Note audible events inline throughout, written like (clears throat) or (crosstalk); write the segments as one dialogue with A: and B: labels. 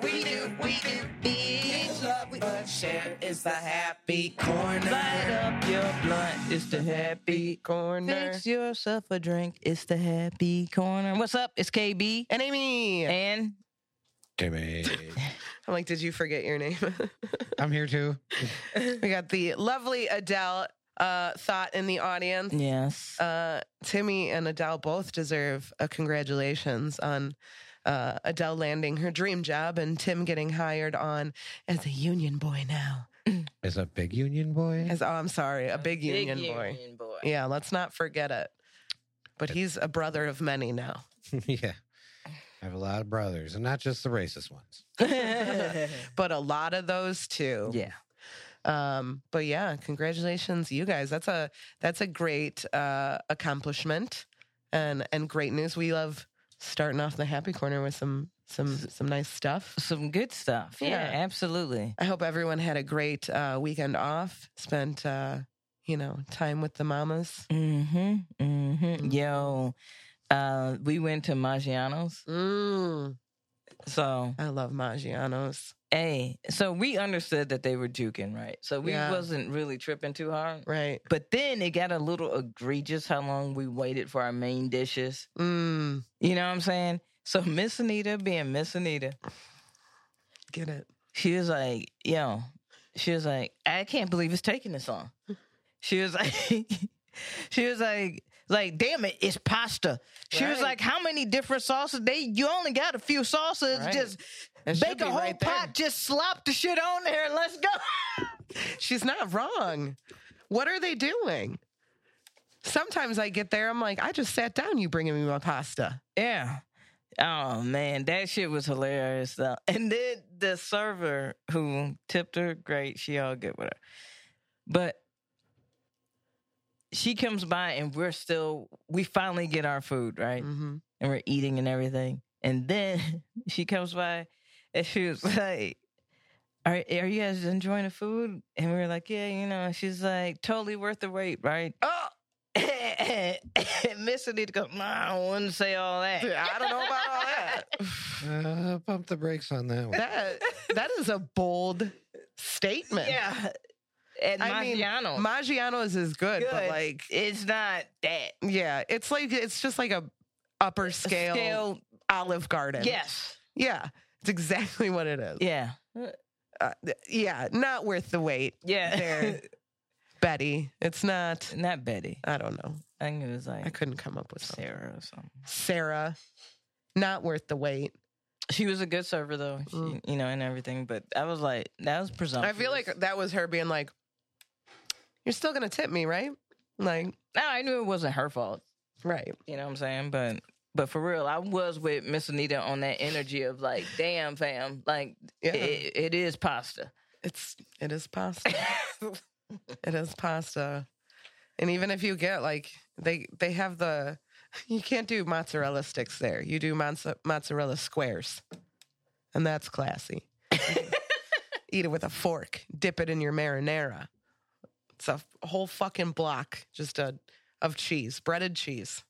A: good we can be. It's love we must share. It's the happy corner. Light up your blunt. It's the happy corner. Fix yourself a drink. It's the happy corner. What's up? It's KB
B: And Amy,
A: and
B: (laughs)
C: Timmy.
B: I'm like, did you forget your name? (laughs)
C: I'm here too.
B: we got the lovely Adele uh, thought in the audience.
A: yes.
B: Uh, Timmy and Adele both deserve a congratulations on uh, Adele landing her dream job and Tim getting hired on as a union boy now.
C: As a big union boy.
B: As oh, I'm sorry, a big,
A: Big
B: union, boy. (laughs)
A: union boy. (laughs)
B: Yeah, let's not forget it. But he's a brother of many now.
C: (laughs) yeah. I have a lot of brothers and not just the racist ones.
B: But a lot of those too.
A: yeah.
B: Um, but yeah, congratulations, you guys. That's a that's a great uh, accomplishment and and great news. We love starting off the happy corner with some some some nice stuff.
A: Some good stuff. Yeah,
B: Yeah.
A: absolutely.
B: I hope everyone had a great uh, weekend off. Spent uh, you know time with the mamas.
A: Mm-hmm. Mm-hmm. Yo. Uh, we went to Maggiano's.
B: Mm,
A: So
B: I love Maggiano's.
A: hey, so we understood that they were juking, right? So we
B: Yeah.
A: wasn't really tripping too hard.
B: Right.
A: But then it got a little egregious how long we waited for our main dishes.
B: Mm,
A: You know what I'm saying? So (laughs) Miss Anita being Miss Anita,
B: get it.
A: she was like, yo, she was like, I can't believe it's taking this long. She was like, (laughs) she was like, like, damn it, it's pasta. She was
B: Right.
A: like, how many different sauces? They you only got a few sauces.
B: Right.
A: Just
B: It should
A: bake
B: be
A: a whole
B: right there.
A: pot, just slop the shit on there and let's go.
B: She's not wrong. What are they doing? Sometimes I get there, I'm like, I just sat down, you bringing me my pasta.
A: Yeah. Oh man, that shit was hilarious though. (laughs) And then the server who tipped her, great, she all good with her. But she comes by and we're still we finally get our food, right?
B: Mm-hmm.
A: And we're eating and everything. And then (laughs) she comes by and she was like, Are are you guys enjoying the food? And we were like, Yeah, you know, and she's like, totally worth the wait, right? (laughs) Oh, Miss Anita goes, nah, I wouldn't say all that.
B: I don't know about all
A: (laughs)
B: that.
C: Uh, pump the brakes on
B: (laughs)
C: that one.
B: That that is a bold statement.
A: (laughs) Yeah. At
B: I mean,
A: Maggiano's.
B: Maggiano's is good, but
A: Good.
B: like,
A: it's not that
B: yeah, it's like it's just like a upper scale,
A: scale.
B: Olive Garden.
A: (laughs) Yes.
B: yeah, it's exactly what it is.
A: Yeah.
B: Uh, th- yeah, not worth the
A: (laughs)
B: wait,
A: Yeah.
B: There. Betty. It's not.
A: not Betty.
B: I don't know.
A: I think it was
B: I
A: like
B: couldn't come up with something.
A: Sarah or something.
B: Sarah, not worth the wait.
A: She was a good server though, she,
B: Mm.
A: you know, and everything. But I was like, that was
B: I
A: presumptuous.
B: feel like that was her being like, "You're still gonna tip me, right?" Like,
A: no, I knew it wasn't her fault.
B: right?
A: You know what I'm saying? But but for real, I was with Miss Anita on that energy of like, damn, fam, like
B: Yeah.
A: it, it
B: (laughs)
A: is pasta.
B: It's it is pasta. it is pasta. And even if you get like they they have the (laughs) you can't do mozzarella sticks there. You do mozza- mozzarella squares. And that's classy. Eat it with a fork. Dip it in your marinara. It's a whole fucking block just a, of cheese, breaded cheese.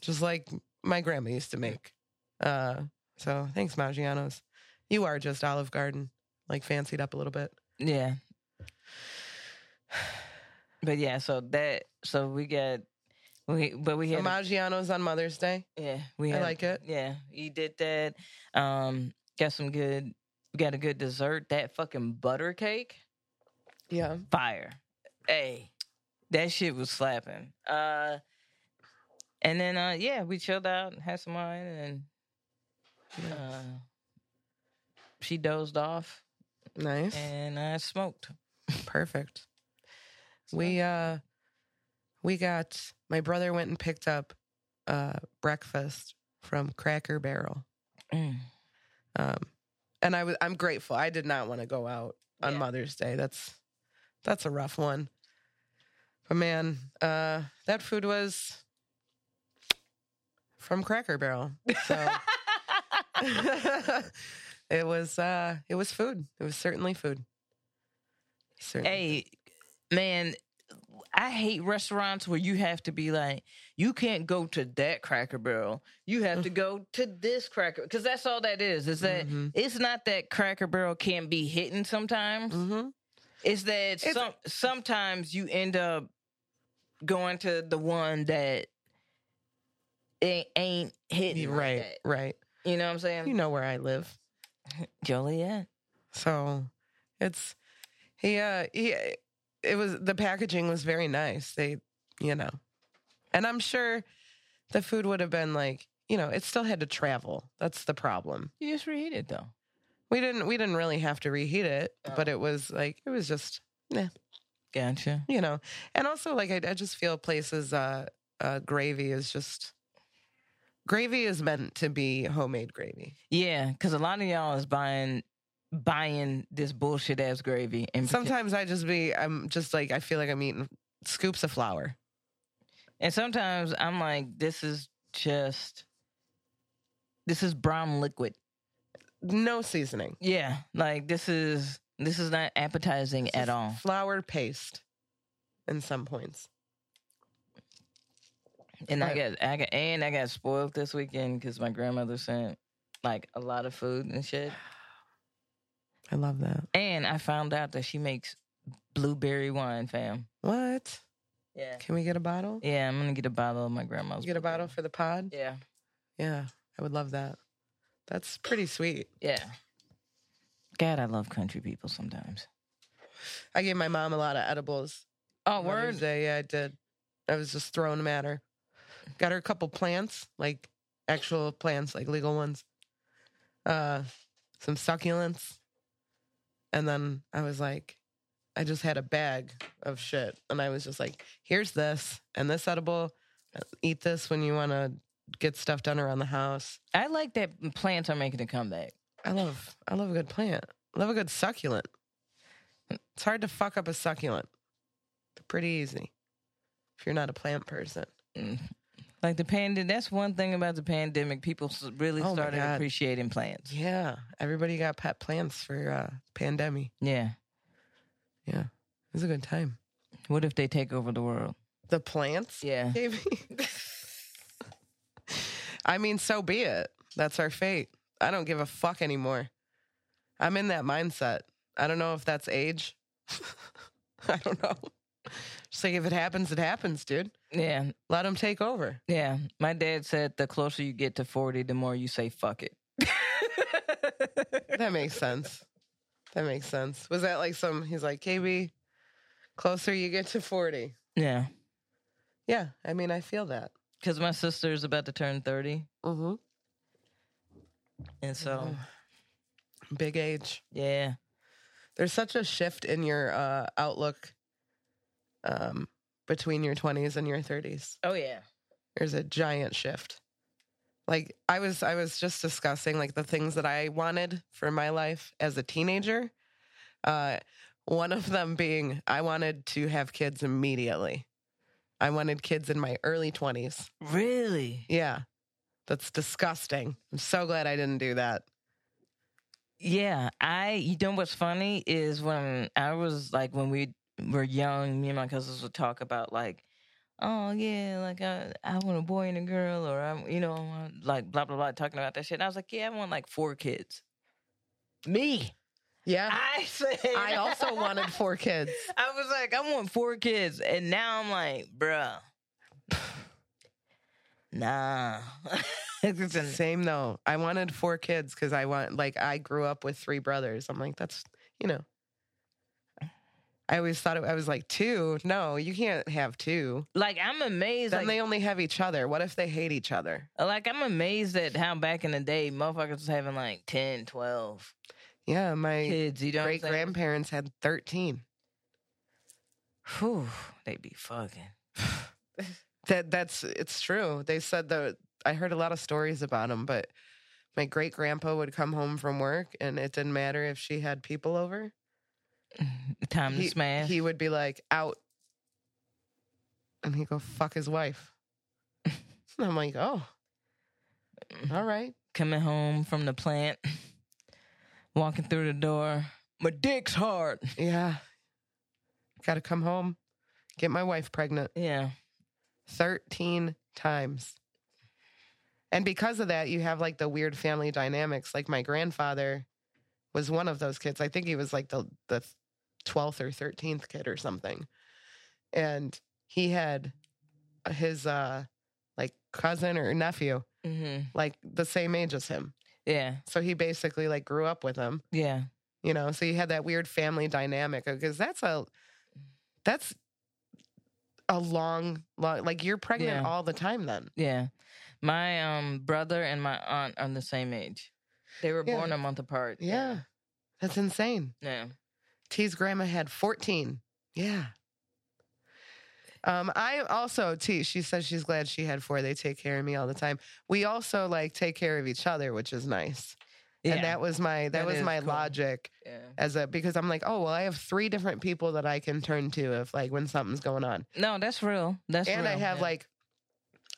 B: Just like my grandma used to make. Uh, so thanks, Maggiano's. You are just Olive Garden, like fancied up a little bit.
A: Yeah. But yeah, so that so we got we but we
B: So
A: had a-
B: Maggiano's on Mother's Day.
A: yeah we
B: I
A: had
B: like it.
A: yeah you did that um got some good we got a good dessert that fucking butter cake
B: Yeah.
A: fire hey that shit was slapping uh and then uh yeah we chilled out and had some wine and uh she dozed off
B: Nice.
A: and I smoked
B: Perfect. We uh we got my brother went and picked up uh breakfast from Cracker Barrel.
A: Mm.
B: Um and I was I'm grateful. I did not want to go out on
A: Yeah.
B: Mother's Day. That's that's a rough one. But man, uh that food was from Cracker Barrel.
A: (laughs)
B: So um, (laughs) it was uh it was food. It was certainly food. Certainly.
A: Hey, man, I hate restaurants where you have to be like, you can't go to that Cracker Barrel. You have to go to this Cracker because that's all that is. Is that
B: Mhm.
A: it's not that Cracker Barrel can be hidden sometimes. (laughs)
B: Mm-hmm.
A: It's that
B: It's-
A: some sometimes you end up going to the one that it ain't hidden like
B: Right,
A: that.
B: right.
A: You know what I'm saying?
B: You know where I live.
A: Joliet.
B: So it's he uh he it was the packaging was very nice. They you know. And I'm sure the food would have been like, you know, it still had to travel. That's the problem.
A: You just reheat it though.
B: We didn't we didn't really have to reheat it, but
A: Oh.
B: it was like it was just
A: Gotcha.
B: you know. And also like I, I just feel places uh uh gravy is just gravy is meant to be homemade gravy.
A: Yeah, because a lot of y'all is buying buying this bullshit ass gravy and pretend-
B: Sometimes I just be I'm just like I feel like I'm eating scoops of flour.
A: and sometimes I'm like, this is just this is brown liquid.
B: No seasoning.
A: Yeah, like this is this is not appetizing
B: It's
A: at
B: just
A: all.
B: Flour paste in some points.
A: And I
B: Right.
A: got, I got, and I got spoiled this weekend because my grandmother sent like a lot of food and shit.
B: I love that.
A: And I found out that she makes blueberry wine, fam.
B: What?
A: Yeah,
B: Can we get a bottle?
A: yeah. I'm gonna get a bottle of my grandma's.
B: Get a bottle for the pod?
A: Yeah,
B: Yeah. I would love that. That's pretty sweet.
A: yeah. God, I love country people sometimes.
B: I gave my mom a lot of edibles.
A: Oh,
B: Mother's
A: word.
B: Day. Yeah, I did. I uh, was just throwing them at her. Got her a couple plants, like actual plants, like legal ones. Uh some succulents. And then I was like, I just had a bag of shit. And I was just like, here's this and this edible. Eat this when you wanna get stuff done around the house.
A: I like that plants are making a comeback.
B: I love I love a good plant. I love a good succulent. It's hard to fuck up a succulent. They're pretty easy. If you're not a plant person.
A: Mm. Like the pandemic. That's one thing about the pandemic. People s- really
B: Oh, my
A: started
B: God.
A: appreciating plants.
B: Yeah. Everybody got pet plants for uh pandemic.
A: Yeah.
B: It was a good time.
A: What if they take over the world?
B: The plants?
A: Yeah.
B: Maybe. I mean, so be it. That's our fate. I don't give a fuck anymore. I'm in that mindset. I don't know if that's age. (laughs) I don't know. Just like if it happens, it happens, dude.
A: Yeah.
B: Let them take over.
A: Yeah, my dad said the closer you get to 40, the more you say fuck it.
B: That makes sense. That makes sense. Was that like some? He's like, KB, closer you get to 40.
A: yeah,
B: Yeah, I mean, I feel that.
A: because my sister is about to turn 30.
B: Mm-hmm.
A: And so,
B: Big age.
A: yeah,
B: There's such a shift in your uh, outlook um, between your 20s and your 30s.
A: oh, yeah,
B: There's a giant shift. Like I was, I was just discussing like the things that I wanted for my life as a teenager. Uh, one of them being I wanted to have kids immediately. I wanted kids in my early 20s.
A: really?
B: Yeah. That's disgusting. I'm so glad I didn't do that.
A: Yeah, I, you know, what's funny is when I was like, when we were young, me and my cousins would talk about like, oh, yeah, like I, I want a boy and a girl, or I'm, you know, I'm, like blah, blah, blah, talking about that shit. And I was like, yeah, I want like four kids. (laughs) Me.
B: Yeah.
A: I said,
B: I also wanted four kids.
A: (laughs) I was like, I want four kids, and now I'm like,
B: (sighs)
A: bruh, nah. (laughs) It's an-
B: Same though. I wanted four kids because I want like I grew up with three brothers. I'm like, that's you know. I always thought it, I was like two. No, you can't have two.
A: like I'm amazed,
B: Then
A: like,
B: they only have each other. What if they hate each other?
A: like I'm amazed at how back in the day, motherfuckers was having like 10, 12
B: Yeah, my
A: kids. You know,
B: great grandparents had thirteen.
A: Whew, they be fucking.
B: That that's it's true. They said that I heard a lot of stories about them, but my great grandpa would come home from work, and it didn't matter if she had people over.
A: Time
B: he,
A: to smash.
B: he would be like, out. And he'd go, fuck his wife. (laughs) and I'm like, oh, all right.
A: Coming home from the plant, (laughs) walking through the door. My dick's hard.
B: Yeah. Got to come home. Get my wife pregnant
A: Yeah.
B: 13 times. And because of that, you have like the weird family dynamics. Like my grandfather was one of those kids. I think he was like the the 12th or 13th kid or something. And he had his uh like cousin or nephew
A: Mm-hmm.
B: like the same age as him.
A: Yeah.
B: So he basically like grew up with him
A: Yeah.
B: you know so you had that weird family dynamic because that's a that's a long long like you're pregnant
A: Yeah.
B: all the time then
A: Yeah. My um brother and my aunt are the same age. They were
B: Yeah.
A: born a month apart.
B: yeah that's insane
A: Yeah.
B: t's grandma had 14 yeah um i also t she says she's glad she had four they take care of me all the time we also like take care of each other which is nice
A: Yeah.
B: and that was my that,
A: That
B: was
A: is
B: my
A: cool.
B: logic
A: yeah.
B: as a because i'm like oh well i have three different people that i can turn to if like when something's going on
A: No, that's real. That's
B: and I
A: real,
B: have
A: yeah.
B: like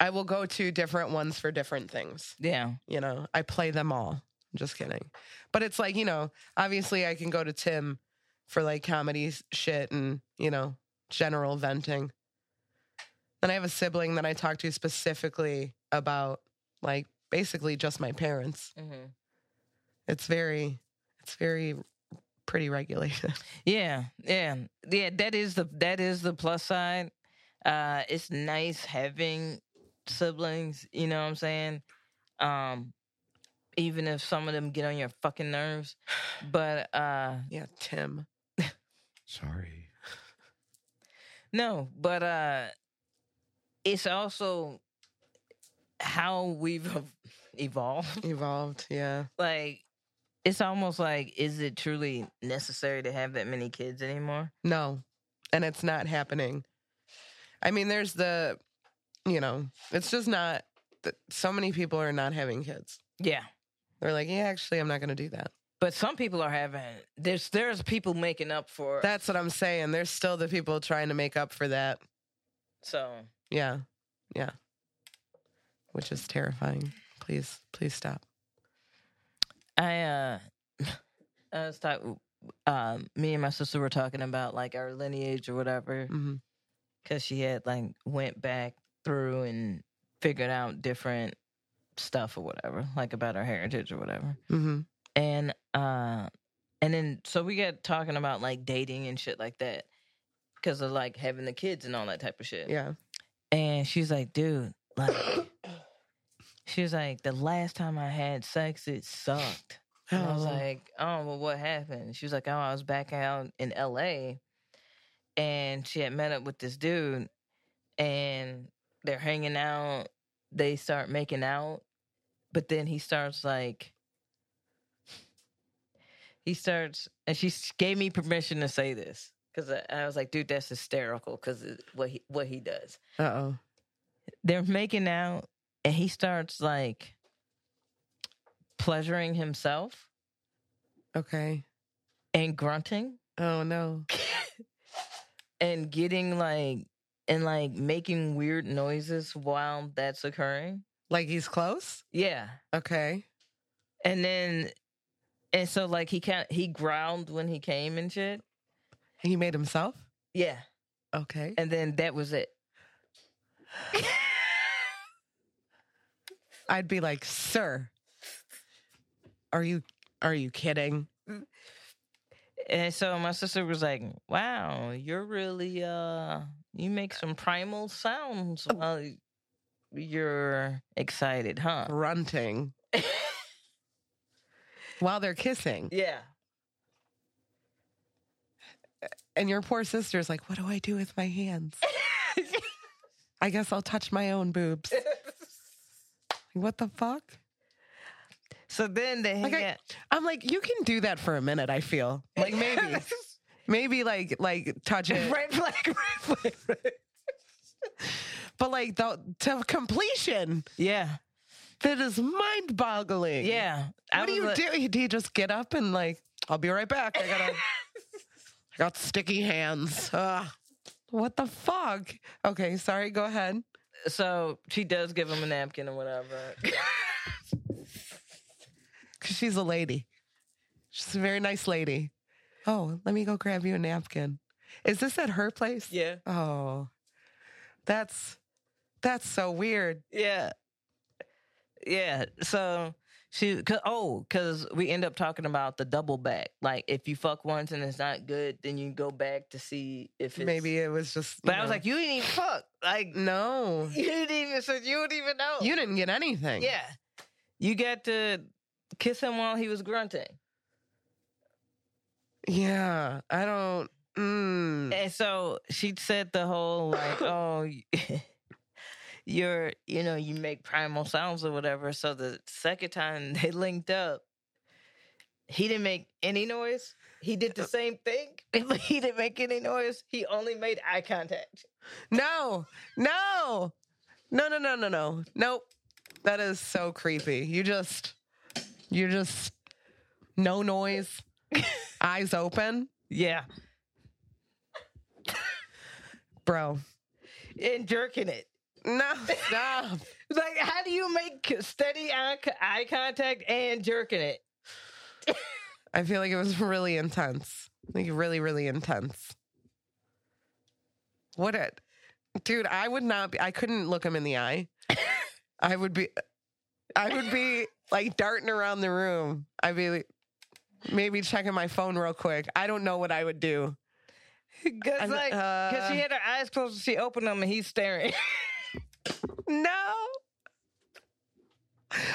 B: I will go to different ones for different things.
A: Yeah.
B: You know, I play them all. I'm just kidding. But it's like, you know, obviously I can go to Tim for like comedy s- shit and, you know, general venting. Then I have a sibling that I talk to specifically about like basically just my parents.
A: hmm
B: It's very it's very pretty regulated.
A: Yeah. Yeah. Yeah. That is the that is the plus side. Uh it's nice having siblings, you know what I'm saying? Um even if some of them get on your fucking nerves. But uh
B: yeah, Tim.
C: Sorry.
A: No, but uh it's also how we've ev- evolved. (laughs)
B: Evolved, yeah.
A: Like it's almost like is it truly necessary to have that many kids anymore?
B: No. And it's not happening. I mean, there's the, you know, it's just not, th- so many people are not having kids.
A: Yeah.
B: They're like, yeah, actually, I'm not going to do that.
A: But some people are having there's there's people making up for
B: That's what I'm saying. There's still the people trying to make up for that.
A: so
B: Yeah. Yeah. Which is terrifying. Please, please stop.
A: I uh (laughs) I was talking um me and my sister were talking about like our lineage or whatever
B: hmm
A: because she had like went back through and figured out different stuff or whatever like about her heritage or whatever
B: hmm
A: and uh and then so we got talking about like dating and shit like that because of like having the kids and all that type of shit
B: Yeah.
A: and she's like dude like she was like the last time i had sex it sucked and I was
B: Oh.
A: like, oh, well, what happened? She was like, oh, I was back out in LA and she had met up with this dude and they're hanging out. They start making out, but then he starts like, he starts, and she s- gave me permission to say this because I, I was like, dude, that's hysterical because what he, what he does.
B: uh-oh.
A: They're making out and he starts like pleasuring himself
B: Okay.
A: and grunting
B: Oh, no.
A: and getting like and like making weird noises while that's occurring.
B: Like he's close?
A: Yeah.
B: Okay.
A: And then and so like he kind he growled when he came and shit.
B: He made himself?
A: Yeah.
B: Okay.
A: And then that was it. (laughs)
B: I'd be like, "Sir, are you are you kidding?"
A: And so my sister was like, "Wow, you're really uh you make some primal sounds
B: Oh.
A: while you're excited, huh?"
B: Grunting
A: (laughs)
B: while they're kissing,
A: yeah. (laughs)
B: and your poor sister's like, "What do I do with my hands? I guess I'll touch my own boobs."
A: (laughs)
B: What the fuck?
A: so then they
B: Like I-
A: hang out-
B: I'm like, you can do that for a minute. I feel (laughs) like
A: (laughs)
B: maybe, maybe like like touch it,
A: red flag, red flag, red flag.
B: (laughs) but like the, to completion,
A: Yeah.
B: that is mind boggling.
A: Yeah.
B: What do you
A: was like-
B: do? Do you just get up and like, I'll be right back. I
A: (laughs)
B: gotta, I got sticky hands. Ugh. What the fuck? Okay, sorry. Go ahead.
A: So she does give him a napkin or
B: (laughs)
A: whatever.
B: 'Cause she's a lady. She's a very nice lady. Oh, let me go grab you a napkin. Is this at her place?
A: Yeah.
B: Oh, that's that's so weird.
A: Yeah. Yeah. So she, cause, oh, because we end up talking about the double back. Like, if you fuck once and it's not good, then you go back to see if it's.
B: Maybe it was just.
A: But
B: you
A: I was
B: know.
A: like, you didn't even fuck. Like,
B: no,
A: you didn't even, so you don't even know.
B: you didn't get anything.
A: Yeah. You got to kiss him while he was grunting.
B: yeah. I don't. Mm,
A: And so she said the whole (laughs) like, oh, (laughs) you're, you know, you make primal sounds or whatever. So the second time (laughs) they linked up, he didn't make any noise. He did the same thing, (laughs) but he didn't make any noise. He only made eye contact.
B: no, no, no, no, no, no, no. Nope. That is so creepy. You just, you just, no
A: (laughs)
B: noise, eyes open,
A: Yeah,
B: bro.
A: and jerking it.
B: No, stop.
A: It's Like, how do you make steady eye, co- eye contact and jerking it? (laughs)
B: I feel like it was really intense. Like really, really intense. What a dude, I would not be I couldn't look him in the eye. I would be I would be like darting around the room. I'd be like, maybe checking my phone real quick. I don't know what I would do.
A: Because
B: And,
A: like, because she
B: uh,
A: had her eyes closed, she opened them, and he's staring. (laughs)
B: No.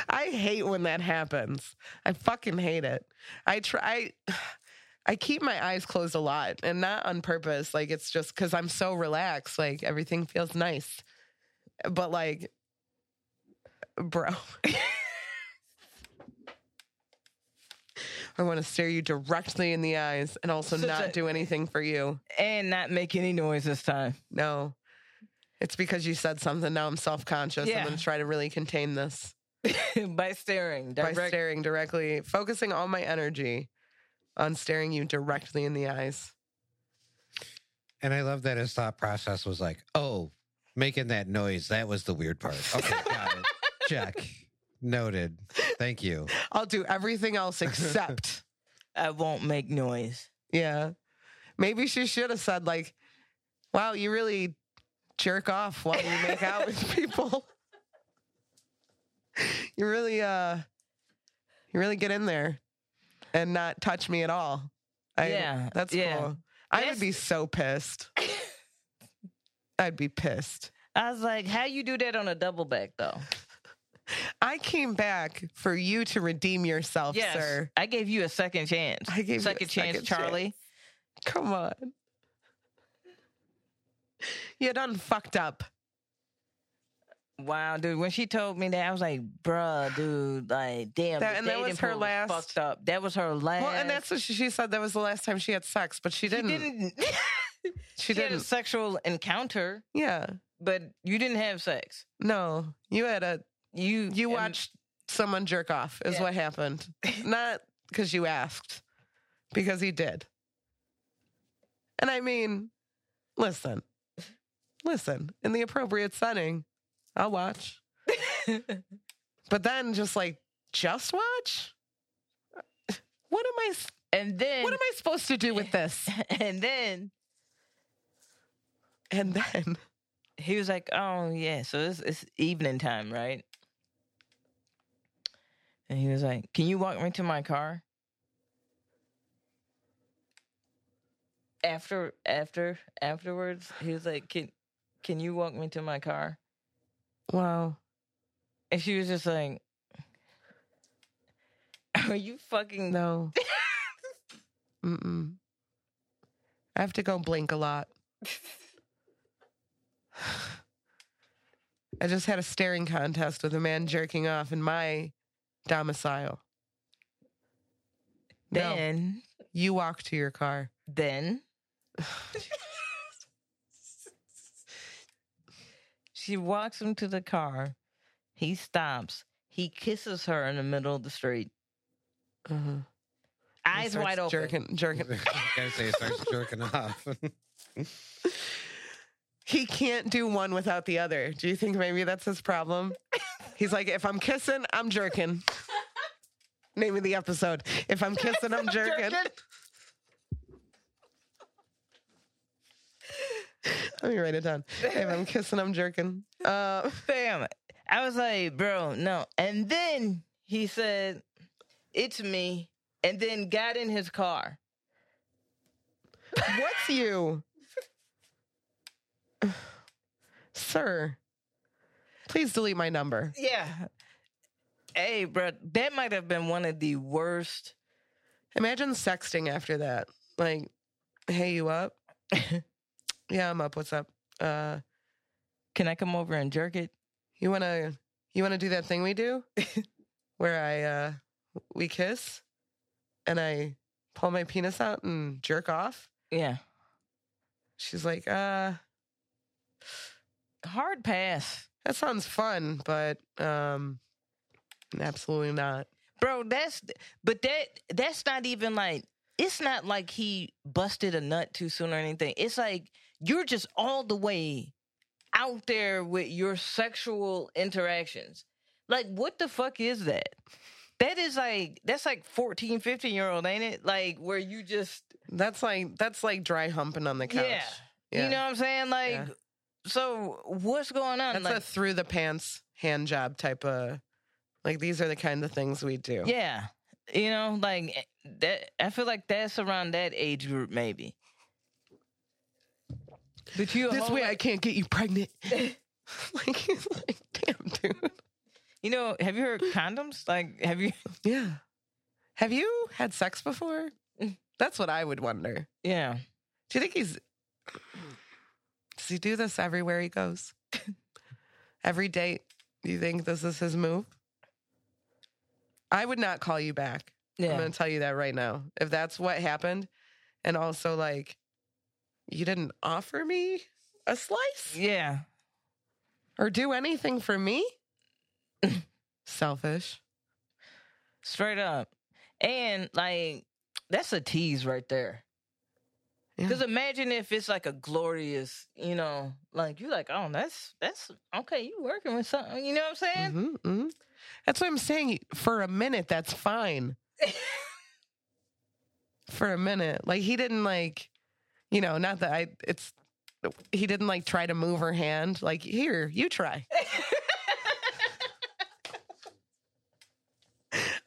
B: I hate when that happens. I fucking hate it. I try I, I keep my eyes closed a lot and not on purpose. Like it's just cuz I'm so relaxed, like everything feels nice. But like bro. (laughs) I want to stare you directly in the eyes and also
A: Such
B: not
A: a-
B: do anything for you.
A: and not make any noise this time. (laughs)
B: No. It's because you said something. Now I'm self conscious.
A: Yeah.
B: I'm going to try to really contain this
A: by staring. Direct.
B: by staring directly, focusing all my energy on staring you directly in the eyes.
C: And I love that his thought process was like, oh, making that noise. That was the weird part. Okay,
B: (laughs)
C: got it. Check. Noted. Thank you.
B: I'll do everything
A: (laughs)
B: else except,
A: I won't make noise.
B: yeah. Maybe she should have said, like, wow, you really jerk off while you make out
A: (laughs)
B: with people. you really, uh, you really get in there and not touch me at all. I,
A: Yeah,
B: That's
A: yeah.
B: cool. I
A: That's-
B: would be so pissed. I'd be pissed.
A: I was like, how you do that on a double back though?
B: I came back for you to redeem yourself,
A: yes,
B: sir.
A: I gave you a second chance.
B: I gave you a
A: second chance,
B: second
A: Charlie.
B: Come on. You done fucked up.
A: Wow, dude. When she told me that, I was like, bruh, dude, like, damn.
B: That-
A: the
B: and that was
A: dating
B: her
A: pool
B: last-
A: Fucked up. That was her last.
B: Well, and that's what she, she said. That was the last time she had sex, but she
A: (laughs) she
B: didn't.
A: didn't.
B: She
A: she had a
B: didn't.
A: sexual encounter,
B: Yeah.
A: but you didn't have sex.
B: No. You had a.
A: You
B: You
A: and-
B: watched someone jerk off. Is
A: Yeah.
B: what happened. Not because you asked, because he did. And I mean, listen, listen. In the appropriate setting, I'll watch. But then just like just watch? What am I
A: and then
B: what am I supposed to do with this?
A: (laughs) and then
B: And then
A: he was like, "Oh yeah, so it's, it's evening time, right?" And he was like, "Can you walk me to my car?" After after afterwards, he was like, "Can can you walk me to my car?"
B: wow.
A: And she was just like, (laughs) "Are you fucking?" (laughs)
B: No. Mm-mm. I have to go blink a lot. (sighs) I just had a staring contest with a man jerking off in my domicile. No,
A: Then
B: you walk to your car.
A: then she walks him to the car. He stops. He kisses her in the middle of the street.
B: Uh-huh. He
A: eyes
B: starts
A: wide open. (laughs)
B: Jerking, jerking.
C: (laughs) gotta say, it starts jerking off. (laughs)
B: he can't do one without the other. Do you think maybe that's his
A: (laughs)
B: problem? He's like, if I'm kissing, I'm jerking. Name of the episode. If I'm kissing, I'm jerking. Let me write it down. If I'm kissing, I'm jerking. Uh,
A: Bam. I was like, bro, no. And then he said, it's me. And then got in his car.
B: what's you? (sighs) Sir, please delete my number.
A: Yeah. Hey, bro, that might have been one of the worst.
B: Imagine sexting after that. Like, hey, you up? yeah, I'm up. What's up? Uh,
A: Can I come over and jerk it?
B: you wanna you wanna do that thing we do, where I uh, we kiss, and I pull my penis out and jerk off.
A: Yeah.
B: She's like, uh,
A: Hard pass.
B: that sounds fun, but um, absolutely not.
A: Bro, that's but that that's not even like it's not like he busted a nut too soon or anything. It's like you're just all the way out there with your sexual interactions. Like what the fuck is that? That is like that's like 14, 15 year old, ain't it? Like where you just
B: That's like that's like dry humping on the couch.
A: Yeah. you know what I'm saying? Like
B: Yeah.
A: so what's going on?
B: that's
A: like,
B: a through the pants hand job type of like these are the kind of things we do.
A: Yeah. You know, like eh, that I feel like that's around that age group maybe. But you a
B: This
A: whole
B: way
A: lot-
B: I can't get you
A: (laughs)
B: pregnant. like (laughs) he's like, damn dude.
A: you know, have you heard condoms? Like have you (laughs)
B: Yeah. Have you had sex before?
A: Mm.
B: That's what I would wonder.
A: Yeah.
B: Do you think he's does he do this everywhere he goes? (laughs) Every date? Do you think this is his move? I would not call you back.
A: Yeah.
B: I'm going to tell you that right now. If that's what happened, and also like, you didn't offer me a slice
A: yeah.
B: or do anything for me. (laughs) Selfish.
A: Straight up. And like that's a tease right there.
B: Yeah.
A: Cause imagine if it's like a glorious, you know, like you like, oh, that's that's okay. You working with something, you know what I'm saying?
B: Mhm, mhm. That's what I'm saying. For a minute, that's fine. For a minute, like he didn't like, you know, not that I. It's he didn't like try to move her hand. Like here, you try.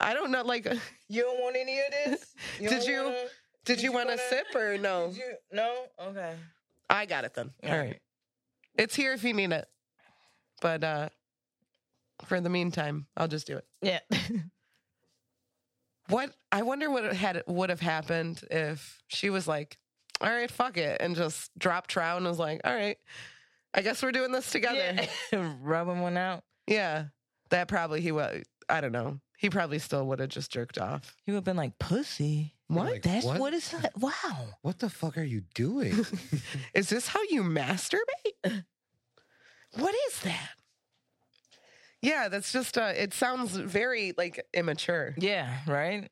B: I don't know. Like, (laughs)
A: You don't want any of this?
B: Did
A: don't
B: you-
A: wanna-
B: did
A: Did
B: you
A: you
B: want to
A: wanna-
B: sip
A: (laughs)
B: or no?
A: did you- no? Okay.
B: I got it then. All
A: All
B: right. It's here if you need it. But uh for the meantime, I'll just do it.
A: (laughs) Yeah.
B: What I wonder what had would have happened if she was like, "All right, fuck it," and just dropped trow and was like, "All right, I guess we're doing this together." Yeah,
A: Yeah. (laughs) Rubbing one out.
B: that probably he was. I don't know. He probably still would have just jerked off.
A: He would have been like, pussy.
B: What?
C: Like,
A: That's
C: what?
A: what it's like. Wow.
C: What the fuck are you
B: (laughs)
C: doing?
B: Is this how you masturbate? What is that? Yeah, that's just. Uh, it sounds very like immature.
A: Yeah, right?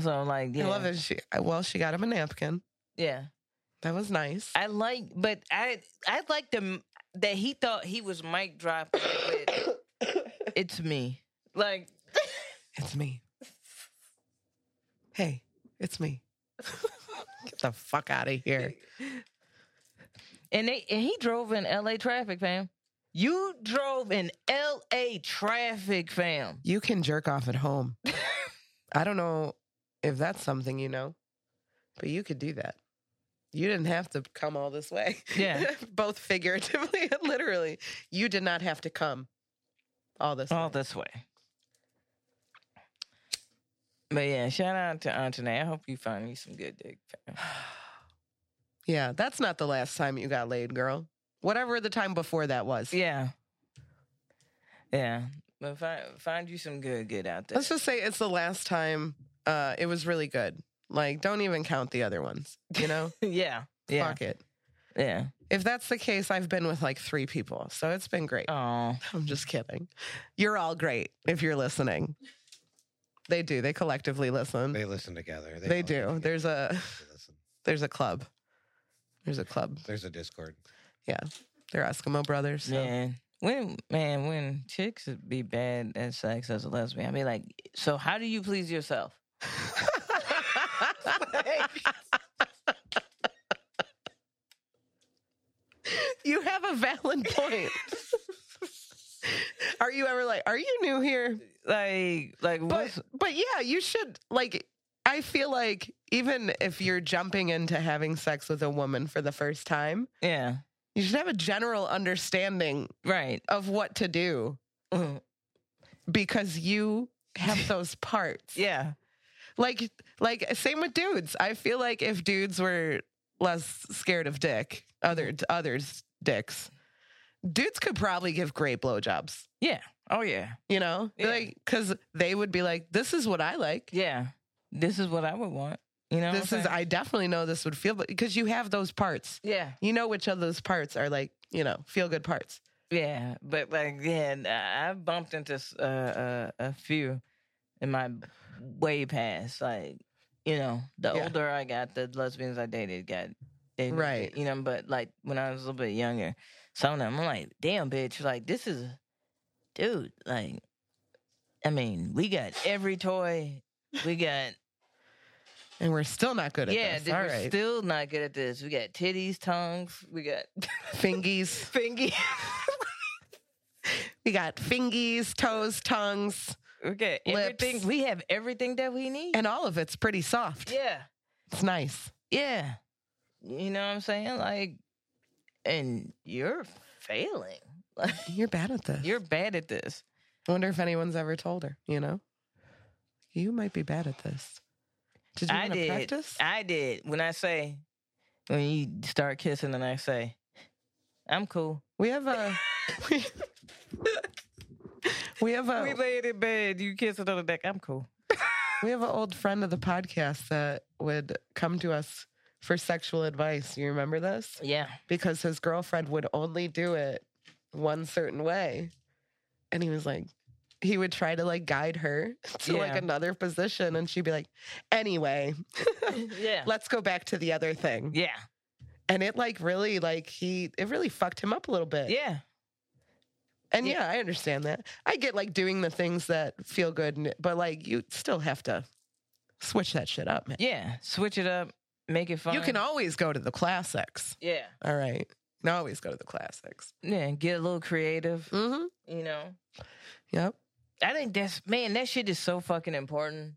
A: So, like, yeah.
B: I love it. She well, she got him a napkin.
A: Yeah.
B: That was nice.
A: I like, but I I like the, that he thought he was mic dropping it with, (coughs) it's me. Like,
B: It's me. Hey, it's me. (laughs) Get the fuck out of here.
A: and they and he drove in LA traffic, fam. You drove in LA traffic, fam.
B: You can jerk off at (laughs) home. I don't know if that's something you know, but you could do that. You didn't have to come all this way.
A: Yeah.
B: (laughs) Both figuratively and literally. You did not have to come all this
A: all
B: way.
A: this way. But yeah, shout out to Antoinette. I hope you find me some good dick. fam.
B: Yeah, that's not the last time you got laid, girl. Whatever the time before that was.
A: Yeah, yeah. But find find you some good good out there.
B: Let's just say it's the last time uh, it was really good. Like, don't even count the other ones, you know?
A: (laughs) yeah, (laughs) yeah,
B: Fuck it.
A: yeah.
B: If that's the case, I've been with like three people, so it's been great.
A: Oh,
B: I'm just kidding. You're all great if you're listening. They do. They collectively listen. They,
C: they listen together. all
B: do.
C: listen
B: There's a
C: together. They listen.
B: there's a club. There's a club.
C: There's a Discord.
B: Yeah, they're Eskimo brothers. so-
A: man. When man, when chicks be bad at sex as a lesbian, I mean, like, so how do you please yourself?
B: You have a valid
A: (laughs)
B: point. are you ever like, are you new here?
A: Like, like
B: But
A: what's
B: but yeah, you should like I feel like even if you're jumping into having sex with a woman for the first time,
A: yeah,
B: you should have a general understanding
A: right. (laughs)
B: of what to do
A: Mm,
B: because you
A: (laughs)
B: have those parts.
A: Yeah.
B: Like like same with dudes. I feel like if dudes were less scared of dick, other
A: Mm.
B: others dicks, dudes could probably give great blowjobs.
A: Yeah. Oh yeah.
B: You know,
A: Yeah.
B: like because they would be like, "This is what I like.
A: Yeah. This is what I would want. You know. what I'm
B: this is
A: saying?
B: I definitely know this would feel, but because you have those parts,
A: Yeah.
B: you know which of those parts are like you know feel good parts.
A: Yeah. But like, yeah, I- I've bumped into s- uh, uh, a few in my way past. Like, you know, the
B: Yeah.
A: older I got, the lesbians I dated got. They,
B: Right.
A: You know, but like when I was a little bit younger, some of them, I'm like, damn, bitch, like this is, dude, like, I mean, we got every toy. We got
B: And we're still not (laughs) good at
A: Yeah,
B: this.
A: th-
B: All
A: we're
B: right,
A: still not good at this. We got titties, tongues, we got (laughs)
B: fingies.
A: fingy,
B: We got fingies, toes, tongues,
A: we got everything.
B: Lips.
A: We have everything that we need.
B: and all of it's pretty soft.
A: yeah,
B: It's nice.
A: yeah. You know what I'm saying? Like, and you're failing. (laughs) Like,
B: You're bad at this.
A: you're bad at this.
B: I wonder if anyone's ever told her. You know, you might be bad at this. Did you
A: I
B: want to
A: did.
B: practice?
A: I did. When I say, when you start kissing, and I say, I'm cool.
B: we have
A: (laughs)
B: a. (laughs) We have a
A: We laid in bed. You kiss it on the deck. I'm cool.
B: We have an old friend of the podcast that would come to us for sexual advice. You remember this?
A: Yeah.
B: Because his girlfriend would only do it one certain way. And he was like, he would try to like guide her (laughs) to like
A: Yeah.
B: another position. And she'd be like, anyway,
A: (laughs) yeah.
B: let's go back to the other thing.
A: Yeah.
B: And it like really, like, he, it really fucked him up a little bit.
A: Yeah.
B: And
A: Yeah.
B: yeah, I understand that. I get like doing the things that feel good, and- but like you still have to switch that shit up, man.
A: Yeah, switch it up, make it fun.
B: You can always go to the classics.
A: yeah,
B: All right. You can always go to the classics.
A: yeah, get a little creative.
B: Mm-hmm.
A: You know,
B: Yep.
A: I think that's man, that shit is so fucking important.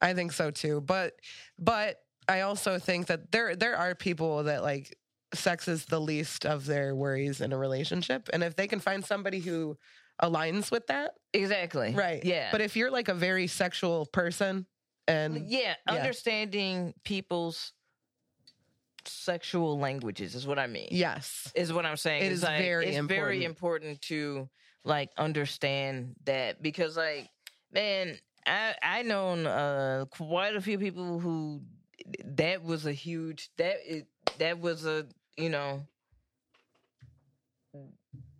B: I think so too. But but I also think that there there are people that like sex is the least of their worries in a relationship. And if they can find somebody who aligns with that,
A: Exactly.
B: right.
A: Yeah.
B: But if you're like a very sexual person and
A: yeah,
B: yeah.
A: understanding people's sexual languages is what I mean.
B: yes.
A: Is what I'm saying.
B: It
A: It's
B: is
A: like,
B: very
A: it's very important to like understand that because like man, I I known uh quite a few people who that was a huge that it, that was a you know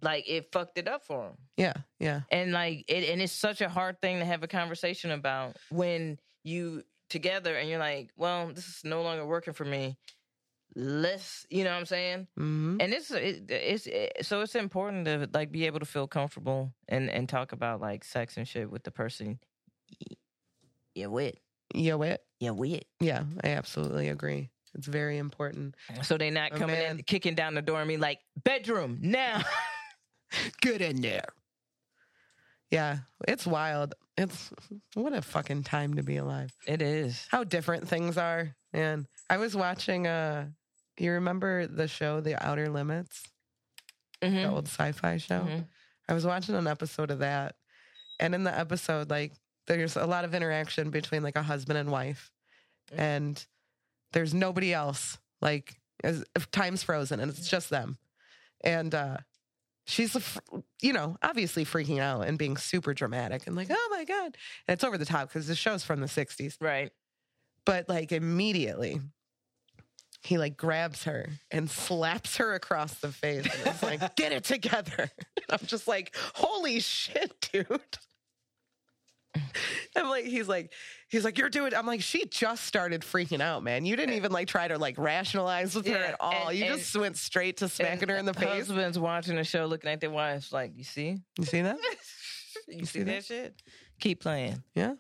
A: like it fucked it up for them
B: Yeah. Yeah.
A: and like it and it's such a hard thing to have a conversation about when you together and you're like well this is no longer working for me let's you know what i'm saying
B: Mm-hmm.
A: and it's it, it's it, so it's important to like be able to feel comfortable and and talk about like sex and shit with the person you're with
B: Yo it.
A: you're with
B: Yeah, I absolutely agree. It's very important.
A: so they're not
B: Oh,
A: coming in
B: man.
A: kicking down the door and be like bedroom now (laughs)
B: get in there. Yeah, it's wild. It's what a fucking time to be alive.
A: it is
B: How different things are. And I was watching uh you remember the show The Outer Limits, the
A: Mhm.
B: old sci-fi show?
A: Mhm.
B: I was watching an episode of that. And in the episode like there's a lot of interaction between like a husband and wife.
A: Mhm.
B: And there's nobody else. Like as, if time's frozen and it's just them. And uh she's a fr- you know obviously freaking out and being super dramatic and like oh my god and it's over the top because the show's from the 60s
A: right
B: but like immediately he like grabs her and slaps her across the face and is like
A: (laughs)
B: get it together i'm just like holy shit dude i'm like he's like he's like you're doing i'm like she just started freaking out man you didn't even like try to like rationalize with her
A: Eh. Yeah,
B: at all
A: and-
B: you
A: and-
B: just went straight to smacking her in the face
A: husband's watching the show looking at their wives like you see
B: you see
A: (laughs)
B: that
A: you see that shit? Keep playing.
B: Yeah.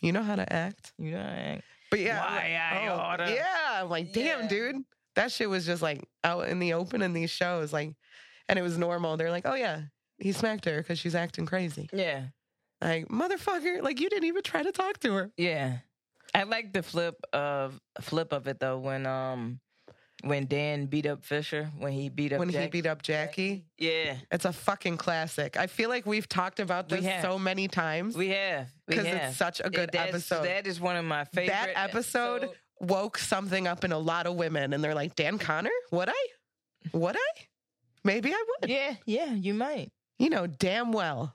B: You know how to act.
A: You know, I ain't-
B: But yeah. I'm
A: Why I
B: oh,
A: oughta-
B: Yeah. I'm like, damn,
A: Yeah.
B: dude. That shit was just like out in the open in these shows, like, and it was normal. They're like, oh yeah, he smacked her because she's acting crazy.
A: Yeah.
B: Like motherfucker, like you didn't even try to talk to her.
A: Yeah. I like the flip of flip of it though when um when Dan beat up Fisher when he beat up
B: when he
A: Jack-
B: beat up Jackie,
A: Yeah,
B: it's a fucking classic. I feel like we've talked about
A: We
B: this
A: have.
B: so many times
A: we have we
B: because
A: have.
B: it's such a good
A: It- that's-
B: episode.
A: That is one of my favorite. e-,
B: that episode woke something up in a lot of women, and they're like, Dan Connor, would I? Would I? Maybe I would.
A: Yeah, yeah, you might.
B: You know damn well,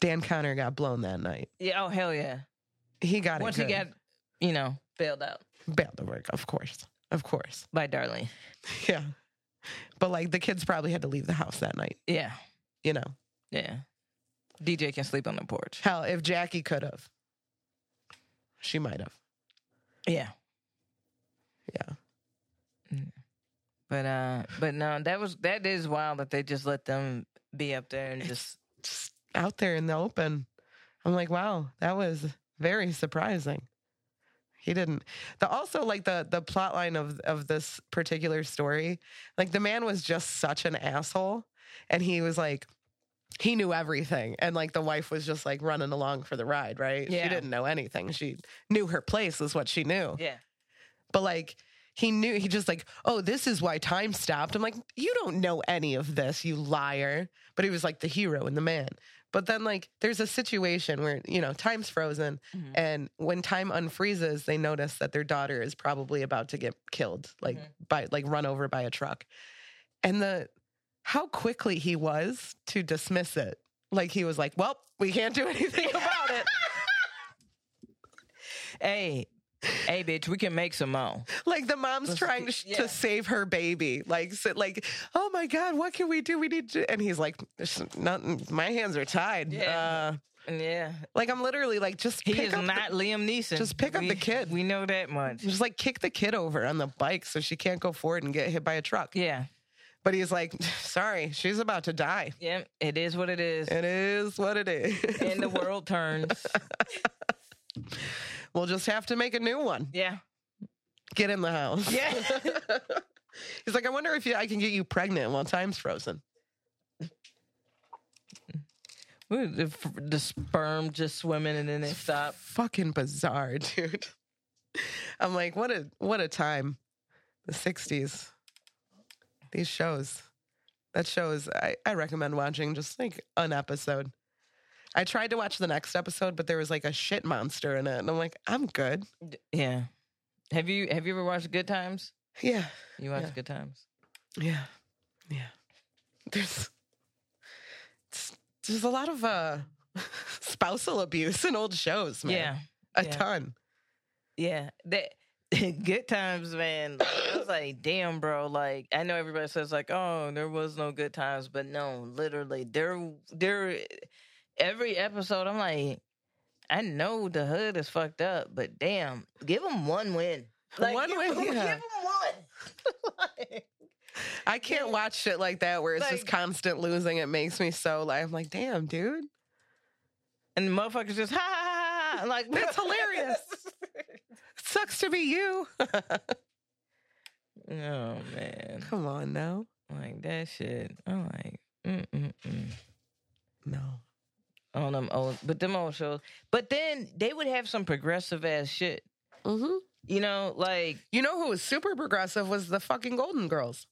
B: Dan Connor got blown that night.
A: Yeah. Oh hell yeah.
B: He got
A: Once
B: it.
A: he
B: good.
A: got, you know, bailed out
B: bailed to work, of course, of course, (laughs)
A: by Darlene.
B: yeah. But like the kids probably had to leave the house that night.
A: Yeah,
B: You know,
A: yeah. DJ can sleep on the porch.
B: hell, if Jackie could have, she might have.
A: Yeah. Mm.
B: Yeah.
A: But uh, but no, that was that is wild that they just let them be up there and just
B: just out there in the open. I'm like, wow, that was very surprising. He didn't. The also like the the plot line of of this particular story, like the man was just such an asshole, and he was like, he knew everything, and like the wife was just like running along for the ride, right?
A: Yeah.
B: She didn't know anything. She knew her place is what she knew,
A: yeah.
B: but like. He knew he just like, oh, this is why time stopped. I'm like, you don't know any of this, you liar. But he was like the hero and the man. But then like there's a situation where, you know, time's frozen
A: Mhm.
B: and when time unfreezes, they notice that their daughter is probably about to get killed, like
A: Mhm.
B: by like run over by a truck. And the how quickly he was to dismiss it. Like he was like, Well, we can't do (laughs) anything about it.
A: Hey, hey, bitch, we can make some more.
B: Like the mom's
A: Let's
B: trying
A: do-
B: sh
A: yeah.
B: to save her baby. Like, so, like, oh my god, what can we do? We need to. And he's like, "There's nothing. My hands are tied.
A: Yeah.
B: Uh,
A: Yeah,
B: like I'm literally like, just
A: he
B: pick
A: is
B: up the-
A: not Liam Neeson.
B: just pick up
A: We-
B: the kid.
A: We know that
B: (laughs)
A: much.
B: just like kick the kid over on the bike so she can't go forward and get hit by a truck.
A: Yeah,
B: But he's like, sorry, she's about to die.
A: yeah. It is what it is,
B: It is what it is.
A: and the world turns.
B: (laughs) we'll just have to make a new one. (laughs)
A: Yeah,
B: Get in the house.
A: yeah.
B: He's like, I wonder if you, I can get you pregnant while time's frozen.
A: Ooh, the, f- the sperm just swimming and then they stop.
B: Fucking bizarre, (laughs) dude. I'm like, what a what a time. The 60s. These shows. That show is I, I recommend watching just like an episode. I tried to watch the next episode, but there was like a shit monster in it. And I'm like, I'm good.
A: Yeah. Have you have you ever watched Good Times?
B: Yeah.
A: You watch
B: Yeah.
A: Good Times.
B: Yeah. Yeah. There's it's- there's a lot of uh (laughs) spousal abuse in old shows, man.
A: Yeah,
B: A
A: yeah.
B: ton.
A: yeah. That (laughs) Good Times, man. Like, I was like, damn, bro. Like I know everybody says like, oh, there was no Good Times, but no, literally, there there. Every episode, I'm like, I know the hood is fucked up, but damn, give them one win. Like,
B: One
A: (laughs) give
B: win,
A: 'em-
B: yeah.
A: Give them one. (laughs) Like-
B: I can't
A: Yeah.
B: watch shit like that where it's
A: Like-
B: just constant losing. It makes me so like I'm like, damn, dude.
A: And the motherfuckers just ha ha ha, ha. like
B: That's hilarious. It sucks to be you.
A: (laughs) oh man,
B: Come on now.
A: like that shit. I'm like, mm mm mm.
B: No.
A: On them old, but them old shows. But then they would have some progressive ass shit.
B: Mm-hmm.
A: You know, like
B: You know who was super progressive was the fucking Golden Girls.